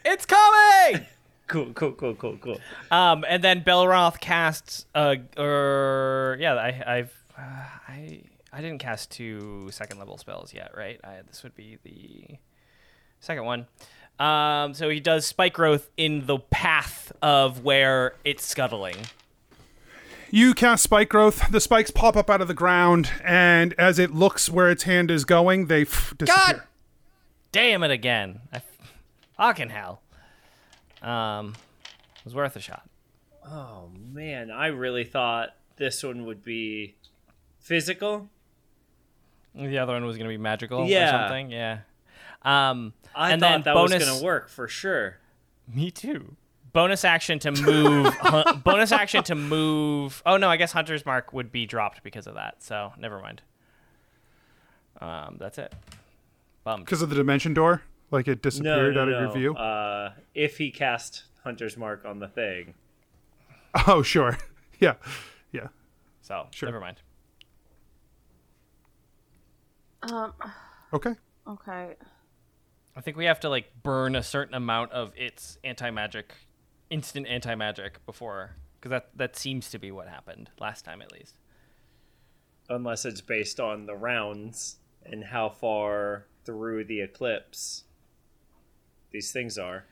[SPEAKER 9] it's coming.
[SPEAKER 6] Cool, cool, cool, cool, cool.
[SPEAKER 9] Um, and then Belroth casts uh, or yeah, I, I've, uh, I, I didn't cast two second level spells yet, right? I, this would be the second one. Um, so he does spike growth in the path of where it's scuttling.
[SPEAKER 1] You cast spike growth. The spikes pop up out of the ground, and as it looks where its hand is going, they pff, disappear.
[SPEAKER 9] God damn it again! I, fucking hell. Um, it was worth a shot.
[SPEAKER 6] Oh man, I really thought this one would be physical.
[SPEAKER 9] The other one was gonna be magical
[SPEAKER 6] Yeah.
[SPEAKER 9] or something. Yeah. Um,
[SPEAKER 6] I
[SPEAKER 9] and then
[SPEAKER 6] thought that
[SPEAKER 9] bonus,
[SPEAKER 6] was gonna work for sure.
[SPEAKER 9] Me too. Bonus action to move. hun- bonus action to move. Oh no, I guess Hunter's Mark would be dropped because of that. So never mind. Um, that's it. Bummed.
[SPEAKER 1] Because of the dimension door? Like it
[SPEAKER 6] No,
[SPEAKER 1] disappeared
[SPEAKER 6] no,
[SPEAKER 1] out of
[SPEAKER 6] no.
[SPEAKER 1] your view?
[SPEAKER 6] Uh, if he cast Hunter's Mark on the thing,
[SPEAKER 1] [LAUGHS] oh, sure. [LAUGHS] Yeah. Yeah.
[SPEAKER 9] So never mind.
[SPEAKER 4] Um,
[SPEAKER 1] Okay.
[SPEAKER 4] okay.
[SPEAKER 9] I think we have to like burn a certain amount of its anti magic, instant anti magic before, because that that seems to be what happened last time at least.
[SPEAKER 6] unless it's based on the rounds and how far through the eclipse these things are.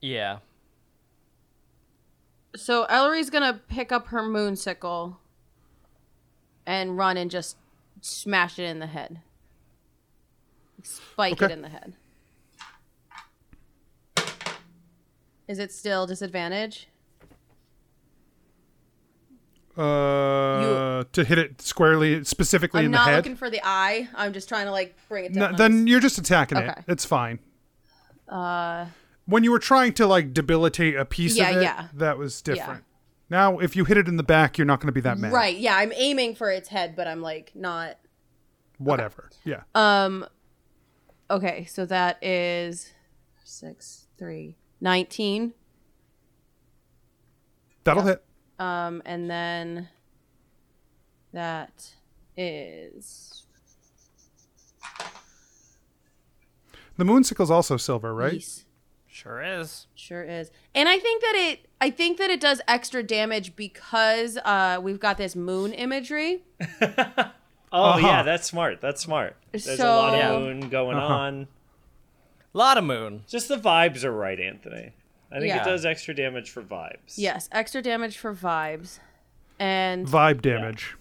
[SPEAKER 9] Yeah.
[SPEAKER 8] So Ellery's gonna pick up her moonsickle and run and just smash it in the head. Spike it
[SPEAKER 1] Okay.
[SPEAKER 8] in the head. Is it still disadvantage?
[SPEAKER 1] Uh, to hit it squarely, specifically
[SPEAKER 8] I'm
[SPEAKER 1] in the
[SPEAKER 8] not
[SPEAKER 1] head.
[SPEAKER 8] looking for the eye. I'm just trying to like bring it
[SPEAKER 1] No,
[SPEAKER 8] down.
[SPEAKER 1] then you're just attacking it.
[SPEAKER 8] Okay. Uh,
[SPEAKER 1] It's fine. Uh, when you were trying to like debilitate a piece
[SPEAKER 8] Yeah,
[SPEAKER 1] of it,
[SPEAKER 8] yeah.
[SPEAKER 1] that was different. Now, if you hit it in the back, you're not going to be that mad.
[SPEAKER 8] right, yeah, I'm aiming for its head, but I'm like not
[SPEAKER 1] Whatever. Yeah.
[SPEAKER 8] Um Okay, so that is six, three, 19.
[SPEAKER 1] That'll hit.
[SPEAKER 8] Um, and then that is
[SPEAKER 1] The moonsickle's also silver, right?
[SPEAKER 8] yes,
[SPEAKER 9] Sure is.
[SPEAKER 8] Sure is. And I think that it I think that it does extra damage because uh we've got this moon imagery.
[SPEAKER 6] Oh yeah,
[SPEAKER 1] Uh-huh.
[SPEAKER 6] that's smart. That's smart. There's
[SPEAKER 8] So-
[SPEAKER 6] a lot
[SPEAKER 8] Yeah.
[SPEAKER 6] of moon going on.
[SPEAKER 9] Lot of moon.
[SPEAKER 6] Just the vibes are right, Anthony. I think
[SPEAKER 8] Yeah.
[SPEAKER 6] it does extra damage for vibes.
[SPEAKER 8] Yes, extra damage for vibes. And
[SPEAKER 1] Vibe damage.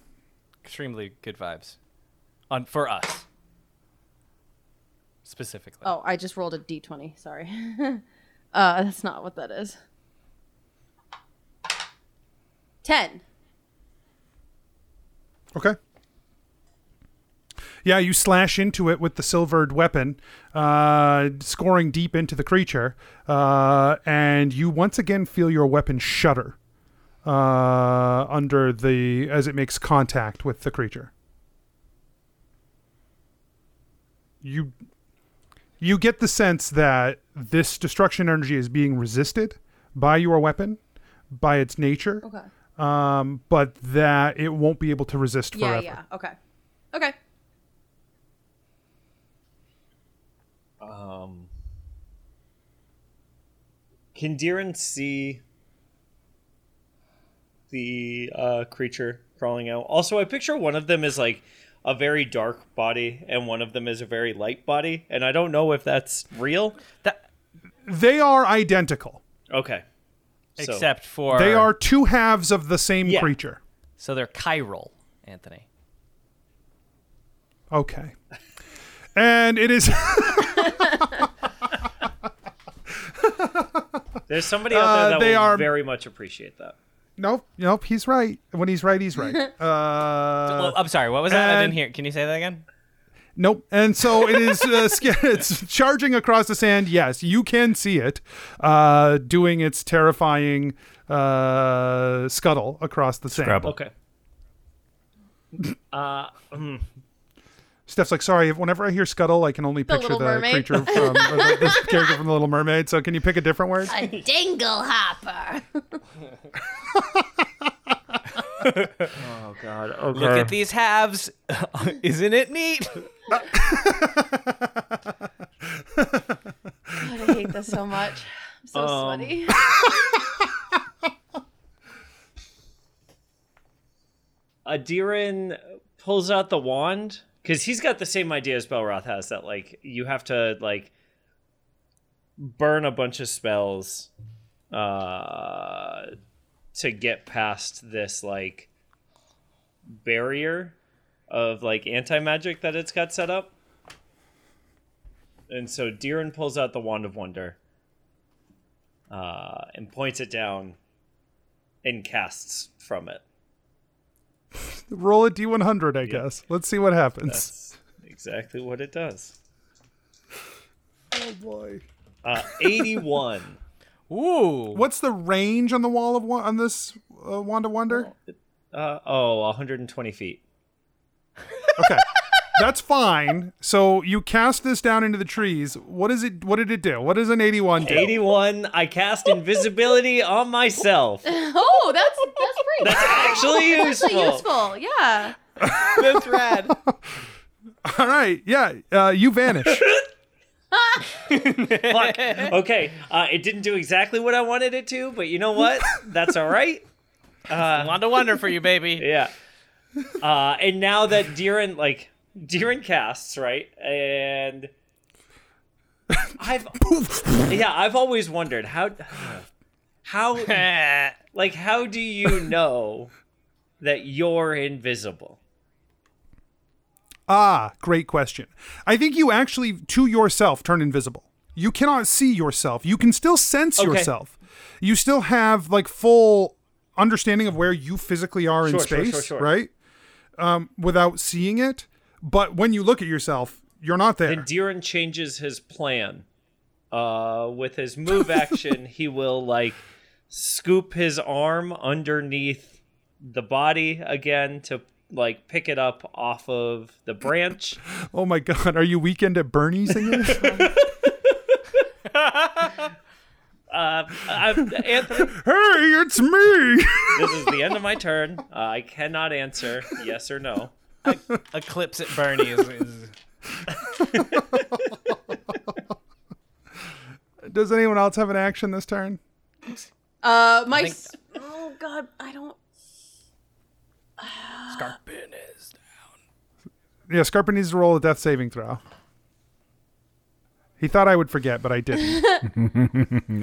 [SPEAKER 9] extremely good vibes on for us specifically
[SPEAKER 8] oh, I just rolled a D twenty, sorry. [LAUGHS] uh that's not what that is. Ten.
[SPEAKER 1] Okay. Yeah, you slash into it with the silvered weapon, uh, scoring deep into the creature, uh, and you once again feel your weapon shudder uh, under the as it makes contact with the creature. You you get the sense that this destruction energy is being resisted by your weapon, by its nature,
[SPEAKER 8] Okay.
[SPEAKER 1] um, but that it won't be able to resist
[SPEAKER 8] Yeah,
[SPEAKER 1] forever.
[SPEAKER 8] yeah. Okay. Okay.
[SPEAKER 6] Um, can Diran see the uh, creature crawling out? Also, I picture one of them is like a very dark body, and one of them is a very light body, and I don't know if that's real.
[SPEAKER 9] that,
[SPEAKER 1] They are identical.
[SPEAKER 6] Okay, So-
[SPEAKER 9] except for
[SPEAKER 1] They are two halves of the same
[SPEAKER 6] Yeah.
[SPEAKER 1] creature.
[SPEAKER 9] so they're chiral anthony
[SPEAKER 1] Okay. And it is [LAUGHS]
[SPEAKER 6] there's somebody out there
[SPEAKER 1] Uh,
[SPEAKER 6] that
[SPEAKER 1] they
[SPEAKER 6] will
[SPEAKER 1] are-
[SPEAKER 6] very much appreciate that.
[SPEAKER 1] nope, nope. He's
[SPEAKER 8] [LAUGHS]
[SPEAKER 1] right. When he's right, he's right. Uh,
[SPEAKER 9] well, i'm sorry what was that i
[SPEAKER 1] and-
[SPEAKER 9] didn't hear can you say that again
[SPEAKER 1] Nope. And so it is. Uh, [LAUGHS] sca- it's charging across the sand. Yes, you can see it uh, doing its terrifying uh, scuttle across the sand.
[SPEAKER 7] Scrabble.
[SPEAKER 6] Okay.
[SPEAKER 1] Steph's like, sorry. if- Whenever I hear scuttle, I can only
[SPEAKER 8] The
[SPEAKER 1] picture
[SPEAKER 8] Little
[SPEAKER 1] the
[SPEAKER 8] Mermaid.
[SPEAKER 1] creature from or the,
[SPEAKER 8] [LAUGHS]
[SPEAKER 1] the character from the Little Mermaid. So can you pick a different word?
[SPEAKER 8] A dingle hopper.
[SPEAKER 6] Oh God. Okay.
[SPEAKER 9] Look at these halves. Isn't it neat?
[SPEAKER 8] [LAUGHS] God, [LAUGHS] I hate this so much. I'm so
[SPEAKER 1] Um,
[SPEAKER 8] [LAUGHS] sweaty.
[SPEAKER 6] Adirin pulls out the wand because he's got the same idea as Belroth has that like you have to like burn a bunch of spells uh, to get past this like barrier of like anti magic that it's got set up. And so Diren pulls out the wand of wonder uh, and points it down and casts from it.
[SPEAKER 1] Roll a d100, I guess. Let's see what happens.
[SPEAKER 6] That's exactly what it does.
[SPEAKER 1] Oh boy.
[SPEAKER 6] [LAUGHS] Uh, 81.
[SPEAKER 9] Ooh.
[SPEAKER 1] What's the range on the wall of one on this uh, wand of wonder? [LAUGHS]
[SPEAKER 6] uh, oh, 120 feet.
[SPEAKER 1] Okay. That's fine. So you cast this down into the trees. What is it? What did it do? What does an 81 do?
[SPEAKER 6] 81. I cast invisibility on [LAUGHS] myself.
[SPEAKER 4] Oh, that's that's pretty.
[SPEAKER 6] That's actually
[SPEAKER 4] that's actually useful.
[SPEAKER 6] useful.
[SPEAKER 4] Yeah.
[SPEAKER 9] That's rad.
[SPEAKER 1] All right. Yeah. Uh, you vanish. [LAUGHS]
[SPEAKER 6] Fuck. Okay. Uh, it didn't do exactly what I wanted it to, but you know what? That's all [LAUGHS] right.
[SPEAKER 9] [LAUGHS] Wanda Wonder for you, baby.
[SPEAKER 6] Yeah. Uh, and now that Deeren, like, Deeren casts, right? [LAUGHS] And I've, yeah, I've always wondered how, how like how do you know that you're invisible
[SPEAKER 1] ah, great question. I think you actually, to yourself, turn invisible. You cannot see yourself. You can still sense
[SPEAKER 6] Okay.
[SPEAKER 1] yourself. You still have like full understanding of where you physically are in
[SPEAKER 6] Sure, sure,
[SPEAKER 1] space,
[SPEAKER 6] sure, sure.
[SPEAKER 1] right? Um, without seeing it. But when you look at yourself, you're not there.
[SPEAKER 6] and Deeren changes his plan uh with his move action he will like scoop his arm underneath the body again to like pick it up off of the branch
[SPEAKER 1] Oh my God, are you weekend at Bernie's in [LAUGHS] this?
[SPEAKER 6] uh I'm, anthony
[SPEAKER 1] hey, it's me. [LAUGHS]
[SPEAKER 6] this is the end of my turn uh, i cannot answer yes or no
[SPEAKER 9] Eclipse at Bernie is, is
[SPEAKER 1] Does anyone else have an action this turn?
[SPEAKER 8] Uh, my. s- Oh God, I don't.
[SPEAKER 9] Scarpin is.
[SPEAKER 1] Yeah, Scarpa needs to roll a death saving throw. He thought I would forget, but I didn't.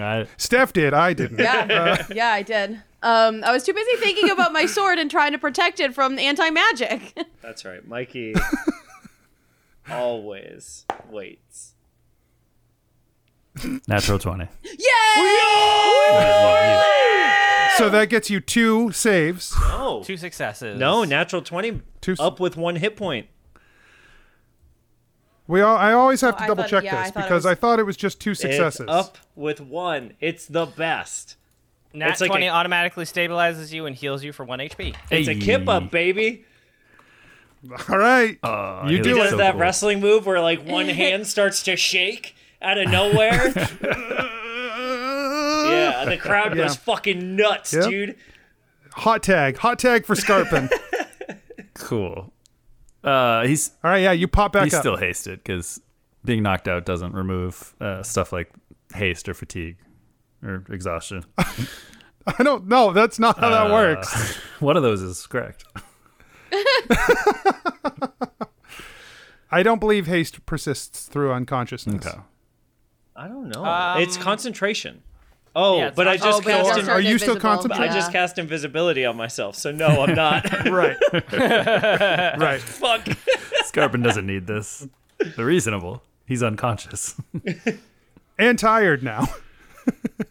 [SPEAKER 7] I,
[SPEAKER 1] Steph did, I didn't.
[SPEAKER 8] Yeah,
[SPEAKER 1] [LAUGHS] Uh.
[SPEAKER 8] yeah, I did. Um, I was too busy thinking about my sword and trying to protect it from anti magic. [LAUGHS]
[SPEAKER 6] That's
[SPEAKER 1] [LAUGHS]
[SPEAKER 6] right, Mikey. always waits.
[SPEAKER 7] natural 20.
[SPEAKER 8] Yay!
[SPEAKER 1] So that gets you two saves.
[SPEAKER 6] No,
[SPEAKER 9] Two successes.
[SPEAKER 6] no, natural twenty.
[SPEAKER 1] Two-
[SPEAKER 6] up with one hit point.
[SPEAKER 1] We all, I always have
[SPEAKER 8] Oh,
[SPEAKER 1] to
[SPEAKER 8] I
[SPEAKER 1] double
[SPEAKER 8] thought-
[SPEAKER 1] check
[SPEAKER 8] yeah, I
[SPEAKER 1] this
[SPEAKER 8] thought it
[SPEAKER 1] because
[SPEAKER 8] was-
[SPEAKER 1] I thought it was just two successes.
[SPEAKER 6] It's up with one. It's the best.
[SPEAKER 9] Nat
[SPEAKER 6] It's like
[SPEAKER 9] 20
[SPEAKER 6] a-
[SPEAKER 9] automatically stabilizes you and heals you for 1 HP.
[SPEAKER 6] It's a kip up, baby.
[SPEAKER 1] All right.
[SPEAKER 7] Uh,
[SPEAKER 1] You
[SPEAKER 7] he
[SPEAKER 1] do
[SPEAKER 7] looks
[SPEAKER 1] it.
[SPEAKER 6] Does that
[SPEAKER 7] cool.
[SPEAKER 6] wrestling move where like
[SPEAKER 9] [LAUGHS]
[SPEAKER 6] one hand starts to shake out
[SPEAKER 1] [LAUGHS]
[SPEAKER 6] of nowhere? yeah, the crowd
[SPEAKER 1] Yeah.
[SPEAKER 6] goes fucking nuts,
[SPEAKER 1] Yep.
[SPEAKER 6] dude.
[SPEAKER 1] Hot tag. Hot tag for
[SPEAKER 8] [LAUGHS]
[SPEAKER 1] Scarpin.
[SPEAKER 7] Cool. Uh, he's
[SPEAKER 1] all right, yeah, you pop back
[SPEAKER 7] he's
[SPEAKER 1] up.
[SPEAKER 7] still hasted because being knocked out doesn't remove uh, stuff like haste or fatigue or
[SPEAKER 1] [LAUGHS]
[SPEAKER 7] exhaustion.
[SPEAKER 1] [LAUGHS] I don't know. That's not how
[SPEAKER 7] Uh,
[SPEAKER 1] that works.
[SPEAKER 7] One of those is correct.
[SPEAKER 1] I don't believe haste persists through unconsciousness.
[SPEAKER 7] Okay.
[SPEAKER 6] I don't know.
[SPEAKER 9] Um,
[SPEAKER 6] it's concentration. Oh,
[SPEAKER 9] yeah, it's
[SPEAKER 6] but I
[SPEAKER 9] concentration.
[SPEAKER 6] just
[SPEAKER 9] Oh, but
[SPEAKER 6] cast.
[SPEAKER 1] also-
[SPEAKER 6] in-
[SPEAKER 1] are you still
[SPEAKER 6] I
[SPEAKER 1] concentrating?
[SPEAKER 6] just cast invisibility on myself, so no,
[SPEAKER 9] [LAUGHS]
[SPEAKER 6] I'm not.
[SPEAKER 1] Right. right.
[SPEAKER 6] Fuck.
[SPEAKER 7] Scarpin doesn't need this. The reasonable. He's unconscious. [LAUGHS]
[SPEAKER 1] And tired now. [LAUGHS]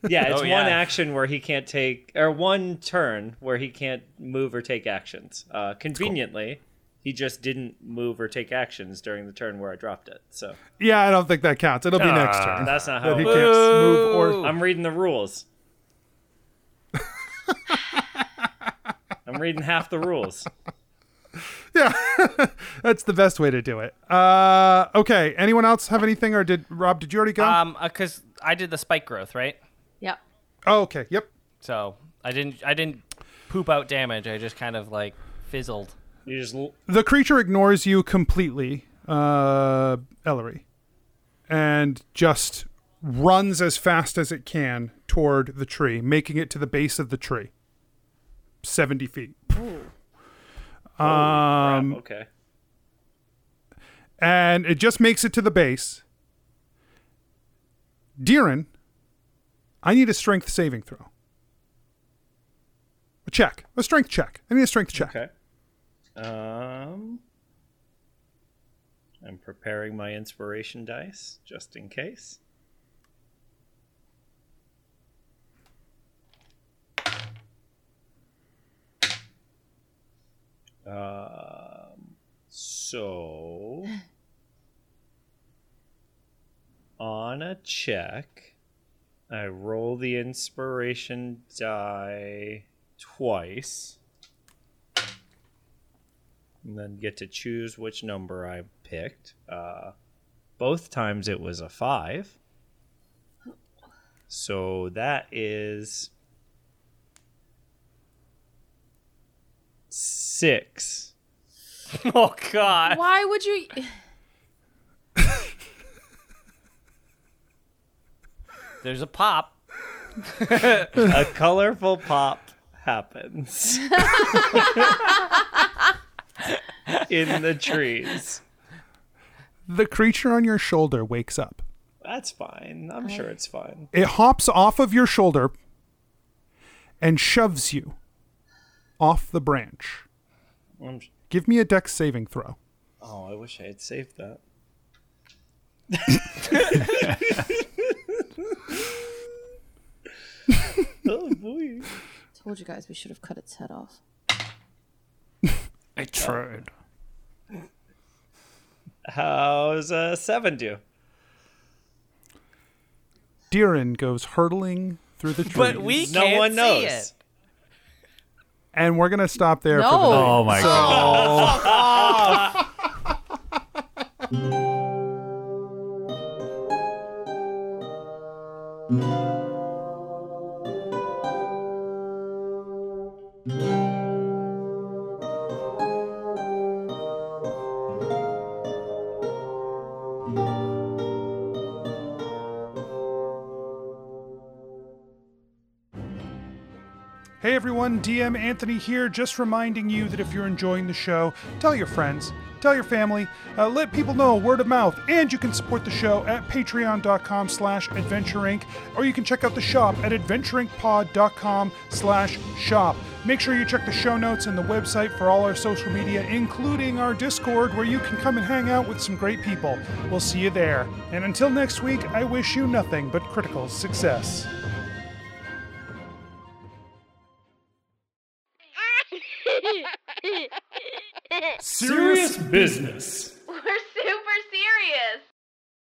[SPEAKER 6] Yeah, it's
[SPEAKER 9] Oh,
[SPEAKER 6] one
[SPEAKER 9] yeah.
[SPEAKER 6] action where he can't take, or one turn where he can't move or take actions. Uh, conveniently, He just didn't move or take actions during the turn where I dropped it. So
[SPEAKER 1] Yeah, I don't think that counts. It'll be
[SPEAKER 7] Uh,
[SPEAKER 1] next turn.
[SPEAKER 6] that's not how
[SPEAKER 1] That Ah. he
[SPEAKER 6] it
[SPEAKER 1] can't move or.
[SPEAKER 6] I'm reading the rules. I'm reading half the rules.
[SPEAKER 1] Yeah, [LAUGHS] that's the best way to do it. Uh, okay. Anyone else have anything, or did Rob? Did you already go?
[SPEAKER 9] Um, because I did the spike growth, right?
[SPEAKER 8] Yep.
[SPEAKER 1] oh, okay. Yep.
[SPEAKER 9] So I didn't. I didn't poop out damage. I just kind of like fizzled.
[SPEAKER 6] You just l-
[SPEAKER 1] The creature ignores you completely, uh, Ellery, and just runs as fast as it can toward the tree, making it to the base of the tree, seventy feet.
[SPEAKER 6] crap, okay.
[SPEAKER 1] and it just makes it to the base. Deeren, I need a strength saving throw. A check, a strength check. I need a strength check.
[SPEAKER 6] Okay. Um, I'm preparing my inspiration dice just in case. Um, so on a check, I roll the inspiration die twice and then get to choose which number I picked. Uh, both times it was a five. So that is six.
[SPEAKER 9] [LAUGHS] Oh God.
[SPEAKER 8] Why would you?
[SPEAKER 9] There's a pop.
[SPEAKER 6] A colorful pop happens
[SPEAKER 9] [LAUGHS]
[SPEAKER 6] in the trees.
[SPEAKER 1] The creature on your shoulder wakes up.
[SPEAKER 6] That's fine. I'm sure it's fine.
[SPEAKER 1] It hops off of your shoulder and shoves you off the branch.
[SPEAKER 6] I'm sh-
[SPEAKER 1] Give me a dex saving throw.
[SPEAKER 6] oh, I wish I had saved that. oh boy.
[SPEAKER 8] Told you guys we should have cut its head off.
[SPEAKER 3] I tried.
[SPEAKER 6] How's uh, seven do?
[SPEAKER 1] Deeren goes hurtling through the trees.
[SPEAKER 9] But we
[SPEAKER 6] No
[SPEAKER 9] can't
[SPEAKER 6] one
[SPEAKER 9] see
[SPEAKER 6] knows.
[SPEAKER 9] it.
[SPEAKER 1] and we're gonna stop there for the
[SPEAKER 8] No.
[SPEAKER 7] Oh my god.
[SPEAKER 1] Hey everyone, DM Anthony here, just reminding you that if you're enjoying the show, tell your friends, tell your family, uh, let people know word of mouth, and you can support the show at patreon.com slash adventureinc, or you can check out the shop at adventureincpod.com slash shop. Make sure you check the show notes and the website for all our social media, including our Discord, where you can come and hang out with some great people. We'll see you there. And until next week, I wish you nothing but critical success.
[SPEAKER 6] Serious business.